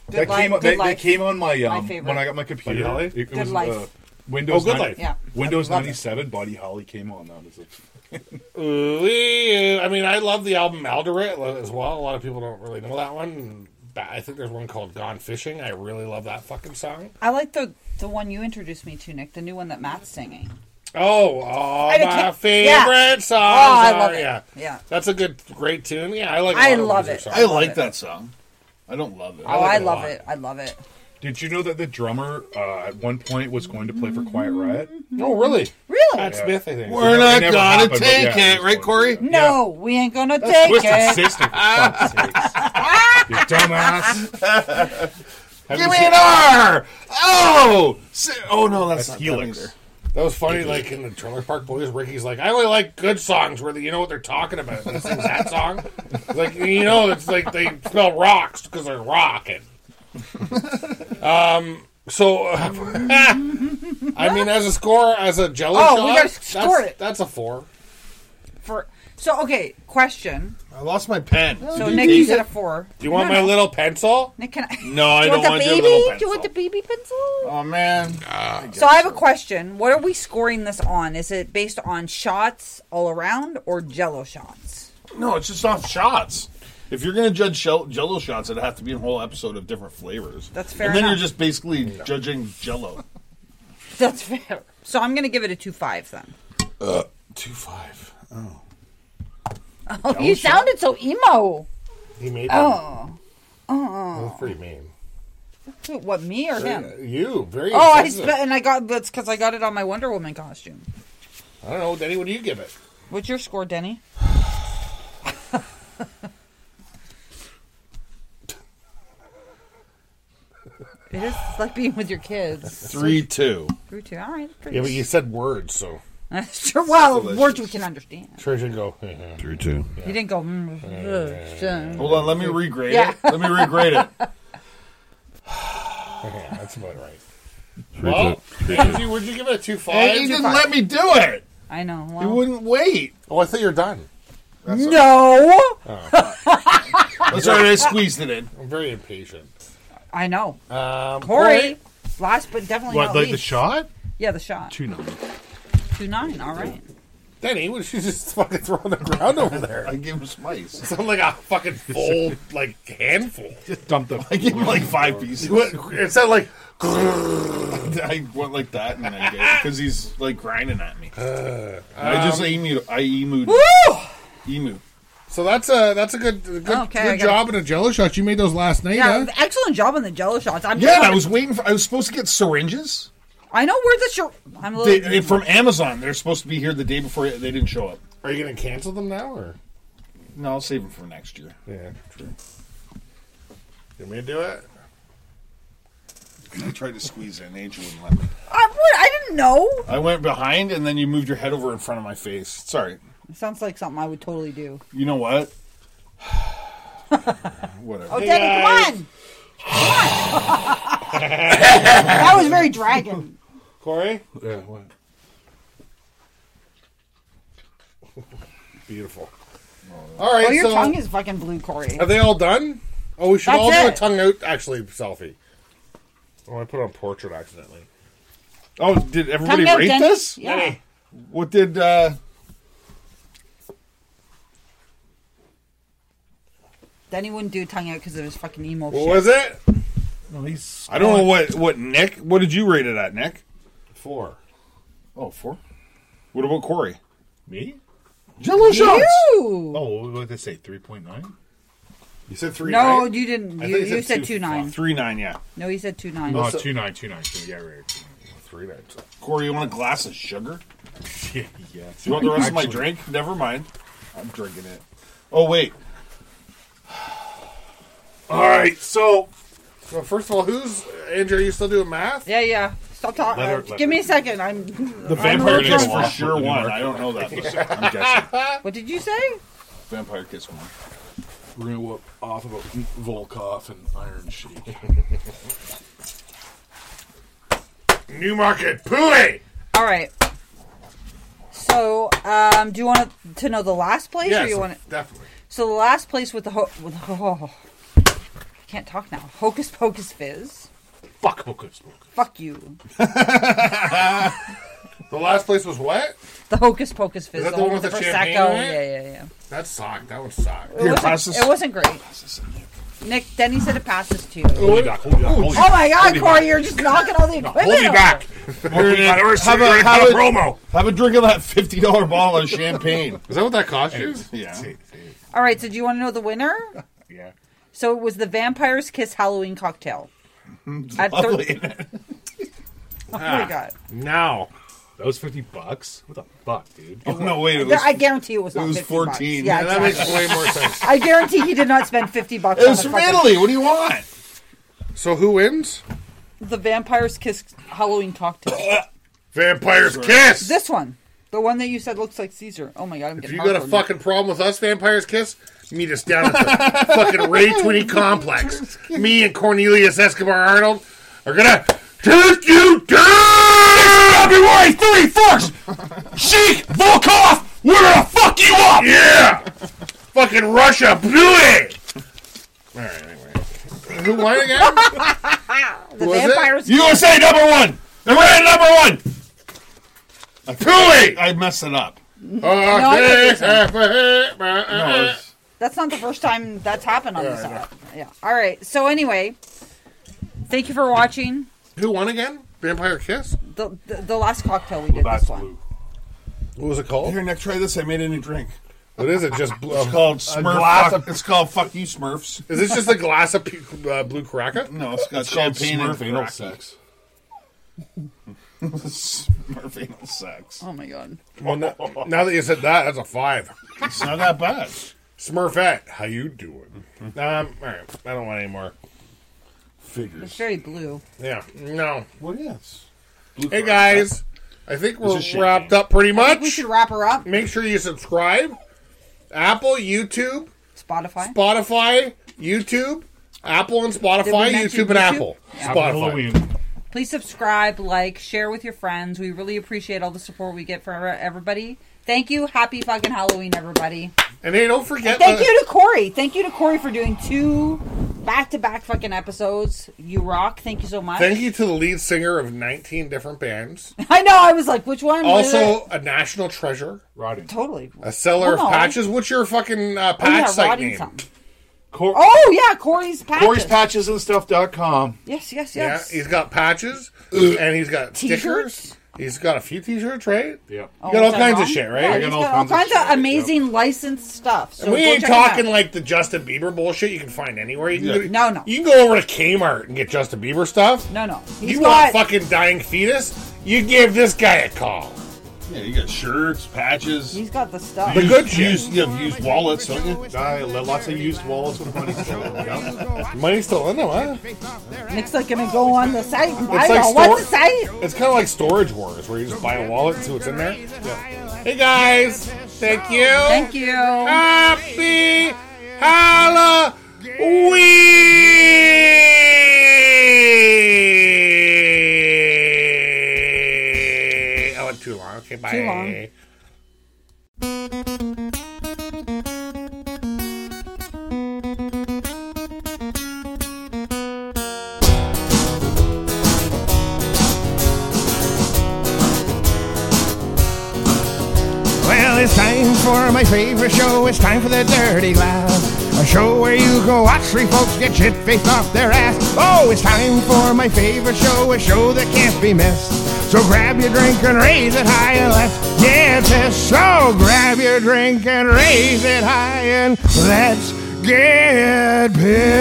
Speaker 2: That
Speaker 4: Life-
Speaker 2: came,
Speaker 4: Good
Speaker 2: they, they
Speaker 4: Life.
Speaker 2: came on my, um,
Speaker 4: favorite.
Speaker 2: when I got my computer.
Speaker 1: Buddy Holly?
Speaker 2: It, it
Speaker 4: Good
Speaker 2: was,
Speaker 4: Life.
Speaker 2: Uh, Windows,
Speaker 1: Oh, Good
Speaker 2: 90
Speaker 1: Life.
Speaker 4: Yeah.
Speaker 2: Windows
Speaker 4: I love it.
Speaker 2: 97, Buddy Holly came on. That was a
Speaker 1: Ooh-wee. uh, I mean, I love the album Alderate as well. A lot of people don't really know that one. But I think there's one called Gone Fishing. I really love that fucking song.
Speaker 4: I like the the one you introduced me to, Nick. The new one that Matt's singing.
Speaker 1: Oh, all
Speaker 4: I
Speaker 1: my
Speaker 4: can't-
Speaker 1: favorite
Speaker 4: yeah.
Speaker 1: songs.
Speaker 4: Oh, I
Speaker 1: are-
Speaker 4: love it.
Speaker 1: Yeah.
Speaker 4: Yeah.
Speaker 1: That's a good, great tune. Yeah, I like. a
Speaker 4: I
Speaker 1: lot of
Speaker 4: love
Speaker 1: Weezer
Speaker 4: it.
Speaker 1: songs.
Speaker 3: I like
Speaker 4: it.
Speaker 3: that song. I don't love it.
Speaker 4: Oh,
Speaker 1: like
Speaker 4: I
Speaker 1: it a
Speaker 4: love
Speaker 1: lot.
Speaker 4: it. I love it.
Speaker 2: Did you know that the drummer uh, at one point was going to play for Quiet Riot?
Speaker 1: Oh, really?
Speaker 4: Really?
Speaker 1: Pat Smith, I think.
Speaker 3: We're
Speaker 2: It
Speaker 3: not
Speaker 2: never
Speaker 3: gonna
Speaker 2: happened, but
Speaker 3: take
Speaker 2: yeah,
Speaker 3: it, right,
Speaker 2: was
Speaker 3: Corey?
Speaker 2: going to.
Speaker 4: No, we ain't gonna take
Speaker 2: Twisted
Speaker 4: it.
Speaker 2: Sister, for
Speaker 1: [LAUGHS]
Speaker 2: fuck's sakes. You dumbass.
Speaker 4: [LAUGHS]
Speaker 1: Have you
Speaker 3: Give me
Speaker 1: seen-
Speaker 3: an R. Oh, si- oh no, that's, not them
Speaker 2: Helix.
Speaker 3: either.
Speaker 1: That was funny, like in the Trailer Park Boys, Ricky's like, I only like good songs where the, you know what they're talking about. And he sings [LAUGHS] that song. It's like, you know, it's like they smell rocks because they're rocking. [LAUGHS] um, so, [LAUGHS] uh, I mean, as a score, as a jello
Speaker 4: Oh,
Speaker 1: shot,
Speaker 4: we gotta score
Speaker 1: that's,
Speaker 4: it.
Speaker 1: that's a four.
Speaker 4: For so okay, question.
Speaker 3: I lost my pen.
Speaker 4: So Nick, you said a four.
Speaker 1: Do you want my little pencil?
Speaker 4: Nick, can I?
Speaker 3: No, I
Speaker 4: Do you
Speaker 3: don't
Speaker 4: want the
Speaker 3: want your
Speaker 4: baby?
Speaker 3: little
Speaker 4: Do you want the baby pencil?
Speaker 3: Oh man,
Speaker 4: So I have a question. What are we scoring this on? Is it based on shots all around or Jello shots?
Speaker 3: no, it's just off shots. If you're gonna judge shell- Jello shots, it'd have to be a whole episode of different flavors.
Speaker 4: That's fair
Speaker 3: And then
Speaker 4: enough.
Speaker 3: you're just basically judging Jello.
Speaker 4: [LAUGHS] That's fair. So I'm gonna give it a two five then.
Speaker 3: Two five.
Speaker 4: Oh, you sounded so emo.
Speaker 1: He made Oh. Oh. That's pretty mean.
Speaker 4: Who- What me or him?
Speaker 1: You, very
Speaker 4: Oh, I
Speaker 1: insensitive.
Speaker 4: spent and I got that's because I got it on my Wonder Woman costume.
Speaker 1: I don't know, Denny, what do you give it?
Speaker 4: What's your score, Denny? it is like being with your kids.
Speaker 3: Three two.
Speaker 4: Three, two. All right.
Speaker 1: Yeah, but you said words, so.
Speaker 4: [LAUGHS] sure. Well, words we can understand.
Speaker 1: Trish and go, [LAUGHS]
Speaker 8: Three two.
Speaker 4: You didn't go. Mm, uh,
Speaker 3: Hold on, let me regrade
Speaker 4: Yeah.
Speaker 3: it. Let me regrade
Speaker 4: [LAUGHS]
Speaker 3: it.
Speaker 1: yeah, that's about right.
Speaker 8: Three
Speaker 1: Well,
Speaker 8: two.
Speaker 1: Andrew, would you give it a two five?
Speaker 3: Hey, you didn't let me do it.
Speaker 4: I know.
Speaker 3: You
Speaker 4: Well,
Speaker 3: wouldn't wait.
Speaker 1: Oh, I thought you were done.
Speaker 4: no,
Speaker 3: That's all right. Oh, I squeezed it in.
Speaker 1: I'm very impatient.
Speaker 4: I know.
Speaker 1: Um,
Speaker 4: Corey, last but definitely not least.
Speaker 2: shot?
Speaker 4: Yeah, the shot.
Speaker 2: Two nine.
Speaker 4: Two nine. All right.
Speaker 1: Denny, what did you just [LAUGHS] fucking throw on the ground over there? [LAUGHS]
Speaker 3: I gave him spice.
Speaker 1: Sound like a fucking full, like, handful.
Speaker 2: Just dump
Speaker 4: Oh
Speaker 2: them.
Speaker 3: I gave him like five pieces.
Speaker 1: What- It sounded like,
Speaker 3: I went like that, and I get because he's like grinding at me. I just emu. I emu.
Speaker 4: Woo!
Speaker 3: Emu.
Speaker 1: So that's a that's a good a good,
Speaker 4: Okay, I
Speaker 1: good
Speaker 4: gotta-
Speaker 1: job in a jello shot. You made those last night,
Speaker 4: Yeah,
Speaker 1: yeah?
Speaker 4: excellent job on the Jello shots. I'm
Speaker 3: Yeah,
Speaker 4: just-
Speaker 3: I was waiting for. I was supposed to get syringes
Speaker 4: I know where this your. I'm a little.
Speaker 3: they, they- from Amazon. They're supposed to be here the day before. They didn't show up.
Speaker 1: Are you going to cancel them now or?
Speaker 3: No, I'll save them for next year.
Speaker 1: Yeah, true. You want me to do it?
Speaker 9: [LAUGHS] I tried to squeeze in. Angel wouldn't let me.
Speaker 4: I, what? I didn't know.
Speaker 3: I went behind, and then you moved your head over in front of my face. Sorry.
Speaker 4: Sounds like something I would totally do.
Speaker 3: You know what? [SIGHS]
Speaker 4: Oh, Debbie, come on. Come on.
Speaker 1: [LAUGHS]
Speaker 4: that was very dragon.
Speaker 1: Corey?
Speaker 2: Yeah, what?
Speaker 1: Beautiful. All right,
Speaker 4: Oh, your
Speaker 1: so
Speaker 4: tongue is fucking blue, Corey.
Speaker 1: are they all done? Oh, we should
Speaker 4: That's
Speaker 1: all do a
Speaker 4: it.
Speaker 1: tongue out, actually, selfie. Oh, I put on portrait accidentally.
Speaker 3: Oh, did everybody
Speaker 4: Tongue out,
Speaker 3: rate
Speaker 4: Dennis.
Speaker 3: this?
Speaker 4: Yeah.
Speaker 3: What did? uh
Speaker 4: Denny wouldn't do tongue out because of his fucking emo
Speaker 1: What
Speaker 4: shit.
Speaker 1: was it?
Speaker 2: No, he's.
Speaker 3: I don't know what what Nick. What did you rate it at, Nick?
Speaker 1: Four.
Speaker 3: Oh, four. What about Corey?
Speaker 2: Me?
Speaker 3: Jello shots.
Speaker 4: Ew.
Speaker 2: Oh, what did they say? 3.9?
Speaker 9: You said three.
Speaker 4: No,
Speaker 9: right?
Speaker 4: you didn't.
Speaker 1: I
Speaker 4: You,
Speaker 1: think he
Speaker 4: you
Speaker 1: said
Speaker 4: said
Speaker 1: two-
Speaker 4: two nine.
Speaker 3: Three nine. Yeah.
Speaker 4: No, you said two nine.
Speaker 2: No, 2.9, 2.9. Yeah, right.
Speaker 3: [LAUGHS]
Speaker 2: right.
Speaker 1: Three nights.
Speaker 3: Corey, you want a glass of [LAUGHS] sugar?
Speaker 2: Yeah, yeah.
Speaker 3: You want the rest of my
Speaker 2: Actually-
Speaker 3: drink? Never mind. I'm drinking it. Oh wait.
Speaker 2: All right, so
Speaker 1: Well, first of all, who's Andrew? Are you still doing math?
Speaker 4: Yeah, yeah. Stop talking.
Speaker 2: Let her-
Speaker 4: Give
Speaker 2: let
Speaker 4: me a second. I'm.
Speaker 1: [LAUGHS]
Speaker 3: The vampire kiss for
Speaker 2: Mark.
Speaker 3: sure won. I don't know that. but I'm [LAUGHS] guessing
Speaker 4: What did you say?
Speaker 3: vampire kiss won.
Speaker 2: we're gonna go off about Volkov and Iron Sheik.
Speaker 1: Newmarket, Pooey!
Speaker 4: All right. So, um, do you want to know the last place, or
Speaker 1: Yes,
Speaker 4: you want to?
Speaker 1: definitely.
Speaker 4: So the last place with the ho- with oh, I can't talk now. Hocus Pocus Fizz.
Speaker 2: Fuck Hocus Pocus.
Speaker 4: Fuck you.
Speaker 1: The last place was what?
Speaker 4: The Hocus Pocus Fizz.
Speaker 1: that the one with the champagne
Speaker 4: Prosecco.
Speaker 1: in it?
Speaker 4: Yeah, yeah, yeah.
Speaker 1: That sucked. That one sucked.
Speaker 4: It wasn't,
Speaker 3: pass this.
Speaker 4: it wasn't great. Nick, Denny said to pass this to you. Oh
Speaker 2: Hold me back, hold me back, hold me back.
Speaker 4: my God, Corey, you're just knocking all the equipment.
Speaker 2: Hold me
Speaker 4: over.
Speaker 2: back. Hold me back. Or
Speaker 3: Have a-
Speaker 2: secret
Speaker 3: have a-
Speaker 2: promo.
Speaker 3: Have a drink of that fifty dollar bottle of champagne.
Speaker 1: Is that what that cost you?
Speaker 3: [LAUGHS] Yeah.
Speaker 4: All right, so do you want to know the winner?
Speaker 2: Yeah.
Speaker 4: So it was the Vampire's Kiss Halloween cocktail. At thir-
Speaker 3: Lovely. [LAUGHS]
Speaker 4: oh my God.
Speaker 1: Now.
Speaker 2: That was 50 bucks? What the fuck, dude?
Speaker 3: Oh, no, wait. It
Speaker 4: There-
Speaker 3: was,
Speaker 4: I guarantee it was not
Speaker 3: was
Speaker 4: 50 bucks.
Speaker 3: 14.
Speaker 4: Yeah,
Speaker 1: [LAUGHS]
Speaker 3: Yeah,
Speaker 1: That
Speaker 4: exactly.
Speaker 1: makes way more sense.
Speaker 4: I guarantee he did not spend 50 bucks
Speaker 3: it
Speaker 4: on
Speaker 3: was
Speaker 4: the
Speaker 3: from
Speaker 4: fucking-
Speaker 3: Italy. What do you [LAUGHS] want?
Speaker 1: So who wins?
Speaker 4: The Vampire's Kiss Halloween cocktail.
Speaker 1: Vampire's Kiss!
Speaker 4: this one. The one that you said looks like Caesar. Oh my god, I'm
Speaker 1: if
Speaker 4: getting
Speaker 1: you got a
Speaker 4: hardcore.
Speaker 1: fucking problem with us, Vampire's Kiss, meet us down at the fucking Ray Twitty Complex. Me and Cornelius Escobar Arnold are gonna take you down!
Speaker 2: February 31st! Sheik Volkov! We're gonna fuck you up!
Speaker 1: Yeah! fucking Russia blew it! Alright, anyway. Who won
Speaker 2: [LAUGHS]
Speaker 1: again?
Speaker 4: The
Speaker 1: was it?
Speaker 4: Vampire's
Speaker 3: USA number one. Iran number one.
Speaker 1: Pooey!
Speaker 3: I messed it up.
Speaker 4: I think
Speaker 3: No, it was-
Speaker 4: That's not the first time that's happened on this app. Yeah. All right. So anyway, thank you for watching
Speaker 1: Who won again? Vampire Kiss?
Speaker 4: the the, the last cocktail we did
Speaker 2: That's
Speaker 4: this one.
Speaker 2: blue.
Speaker 1: What was it called?
Speaker 3: Here, Nick, try this. I made a new drink.
Speaker 1: What is it? Just
Speaker 2: [LAUGHS]
Speaker 1: bl-
Speaker 3: It's called Smurf. Fuck, it's called Fuck You Smurfs.
Speaker 1: is this just a glass of pu uh, blue Caraca?
Speaker 3: No, it's got
Speaker 2: called
Speaker 3: champagne and
Speaker 2: Smurf anal
Speaker 3: crack.
Speaker 2: sex.
Speaker 3: [LAUGHS] Smurf anal sex.
Speaker 4: Oh my god.
Speaker 1: Well, no, now that you said that, that's a five.
Speaker 3: It's not that bad.
Speaker 1: Smurfette, how you doing?
Speaker 3: Mm-hmm.
Speaker 1: Um, all right, I don't want any more.
Speaker 4: It's very blue.
Speaker 1: Yeah, no.
Speaker 3: Well, yes.
Speaker 1: Hey guys, I think we're
Speaker 3: is shit,
Speaker 1: wrapped up pretty
Speaker 4: We
Speaker 1: much.
Speaker 4: should wrap her up.
Speaker 1: Make sure you subscribe. Apple, YouTube,
Speaker 4: Spotify.
Speaker 1: Spotify, YouTube, Apple and
Speaker 4: Did we
Speaker 1: Spotify,
Speaker 4: mention
Speaker 1: YouTube and
Speaker 4: YouTube?
Speaker 1: Apple, Spotify.
Speaker 2: Halloween.
Speaker 4: Please subscribe, like, share with your friends. We really appreciate all the support we get from everybody. Thank you. Happy fucking Halloween, everybody.
Speaker 1: And hey, don't forget.
Speaker 4: Thank
Speaker 1: the-
Speaker 4: you to Corey. Thank you to Corey for doing two back to back fucking episodes. You rock. Thank you so much.
Speaker 1: Thank you to the lead singer of 19 different bands.
Speaker 4: [LAUGHS] I know. I was like, which one?
Speaker 1: Also, a national treasure,
Speaker 2: Rodden.
Speaker 4: totally.
Speaker 1: a seller
Speaker 4: Hold
Speaker 1: of
Speaker 4: on.
Speaker 1: patches. What's your fucking uh,
Speaker 4: Oh,
Speaker 1: patch
Speaker 4: yeah,
Speaker 1: site
Speaker 4: Rodden
Speaker 1: name?
Speaker 4: something.
Speaker 2: Cor-
Speaker 4: Oh yeah, Corey's patches.
Speaker 2: Corey's Patches and Stuff.com.
Speaker 4: Yes, yes,
Speaker 1: Yeah,
Speaker 4: yes.
Speaker 1: he's got patches and he's got
Speaker 4: T-shirts?
Speaker 1: stickers He's got a few T-shirts, right?
Speaker 2: Yeah.
Speaker 1: You got all
Speaker 4: Oh, is that
Speaker 1: kinds
Speaker 4: wrong?
Speaker 1: of shit,
Speaker 4: Yeah,
Speaker 1: right?
Speaker 4: he's
Speaker 2: got
Speaker 4: got all kinds of
Speaker 2: shit,
Speaker 4: amazing licensed stuff. So
Speaker 1: we
Speaker 4: go
Speaker 1: ain't
Speaker 4: check him out.
Speaker 1: talking like the Justin Bieber bullshit you can find anywhere. You can
Speaker 4: No, no.
Speaker 1: You can go over to Kmart and get Justin Bieber stuff.
Speaker 4: No, no. He's
Speaker 1: you
Speaker 4: got.
Speaker 1: want fucking dying fetus? You give this guy a call.
Speaker 3: Yeah, you got shirts, patches.
Speaker 4: he's got the stuff.
Speaker 1: The good shit.
Speaker 3: Used, you have used wallets, don't you?
Speaker 2: I let lots of used wallets with money still in them. Yeah.
Speaker 1: Money's still in them, huh?
Speaker 4: Nick's like gonna go on the site and buy
Speaker 1: It's like
Speaker 4: one. What's the
Speaker 1: store-
Speaker 4: site?
Speaker 1: It's kind of like Storage Wars, where you just buy a wallet and see what's in there. Hey guys, thank you.
Speaker 4: Thank you.
Speaker 1: Happy Halloween! I went too long. Okay, bye.
Speaker 4: Too long.
Speaker 5: Well, it's time for my favorite show. It's time for the Dirty Laugh, a show where you go watch three folks get shit faced off their ass. Oh, it's time for my favorite show, a show that can't be missed. So grab your drink and raise it high and let's get this. So grab your drink and raise it high and let's get pissed.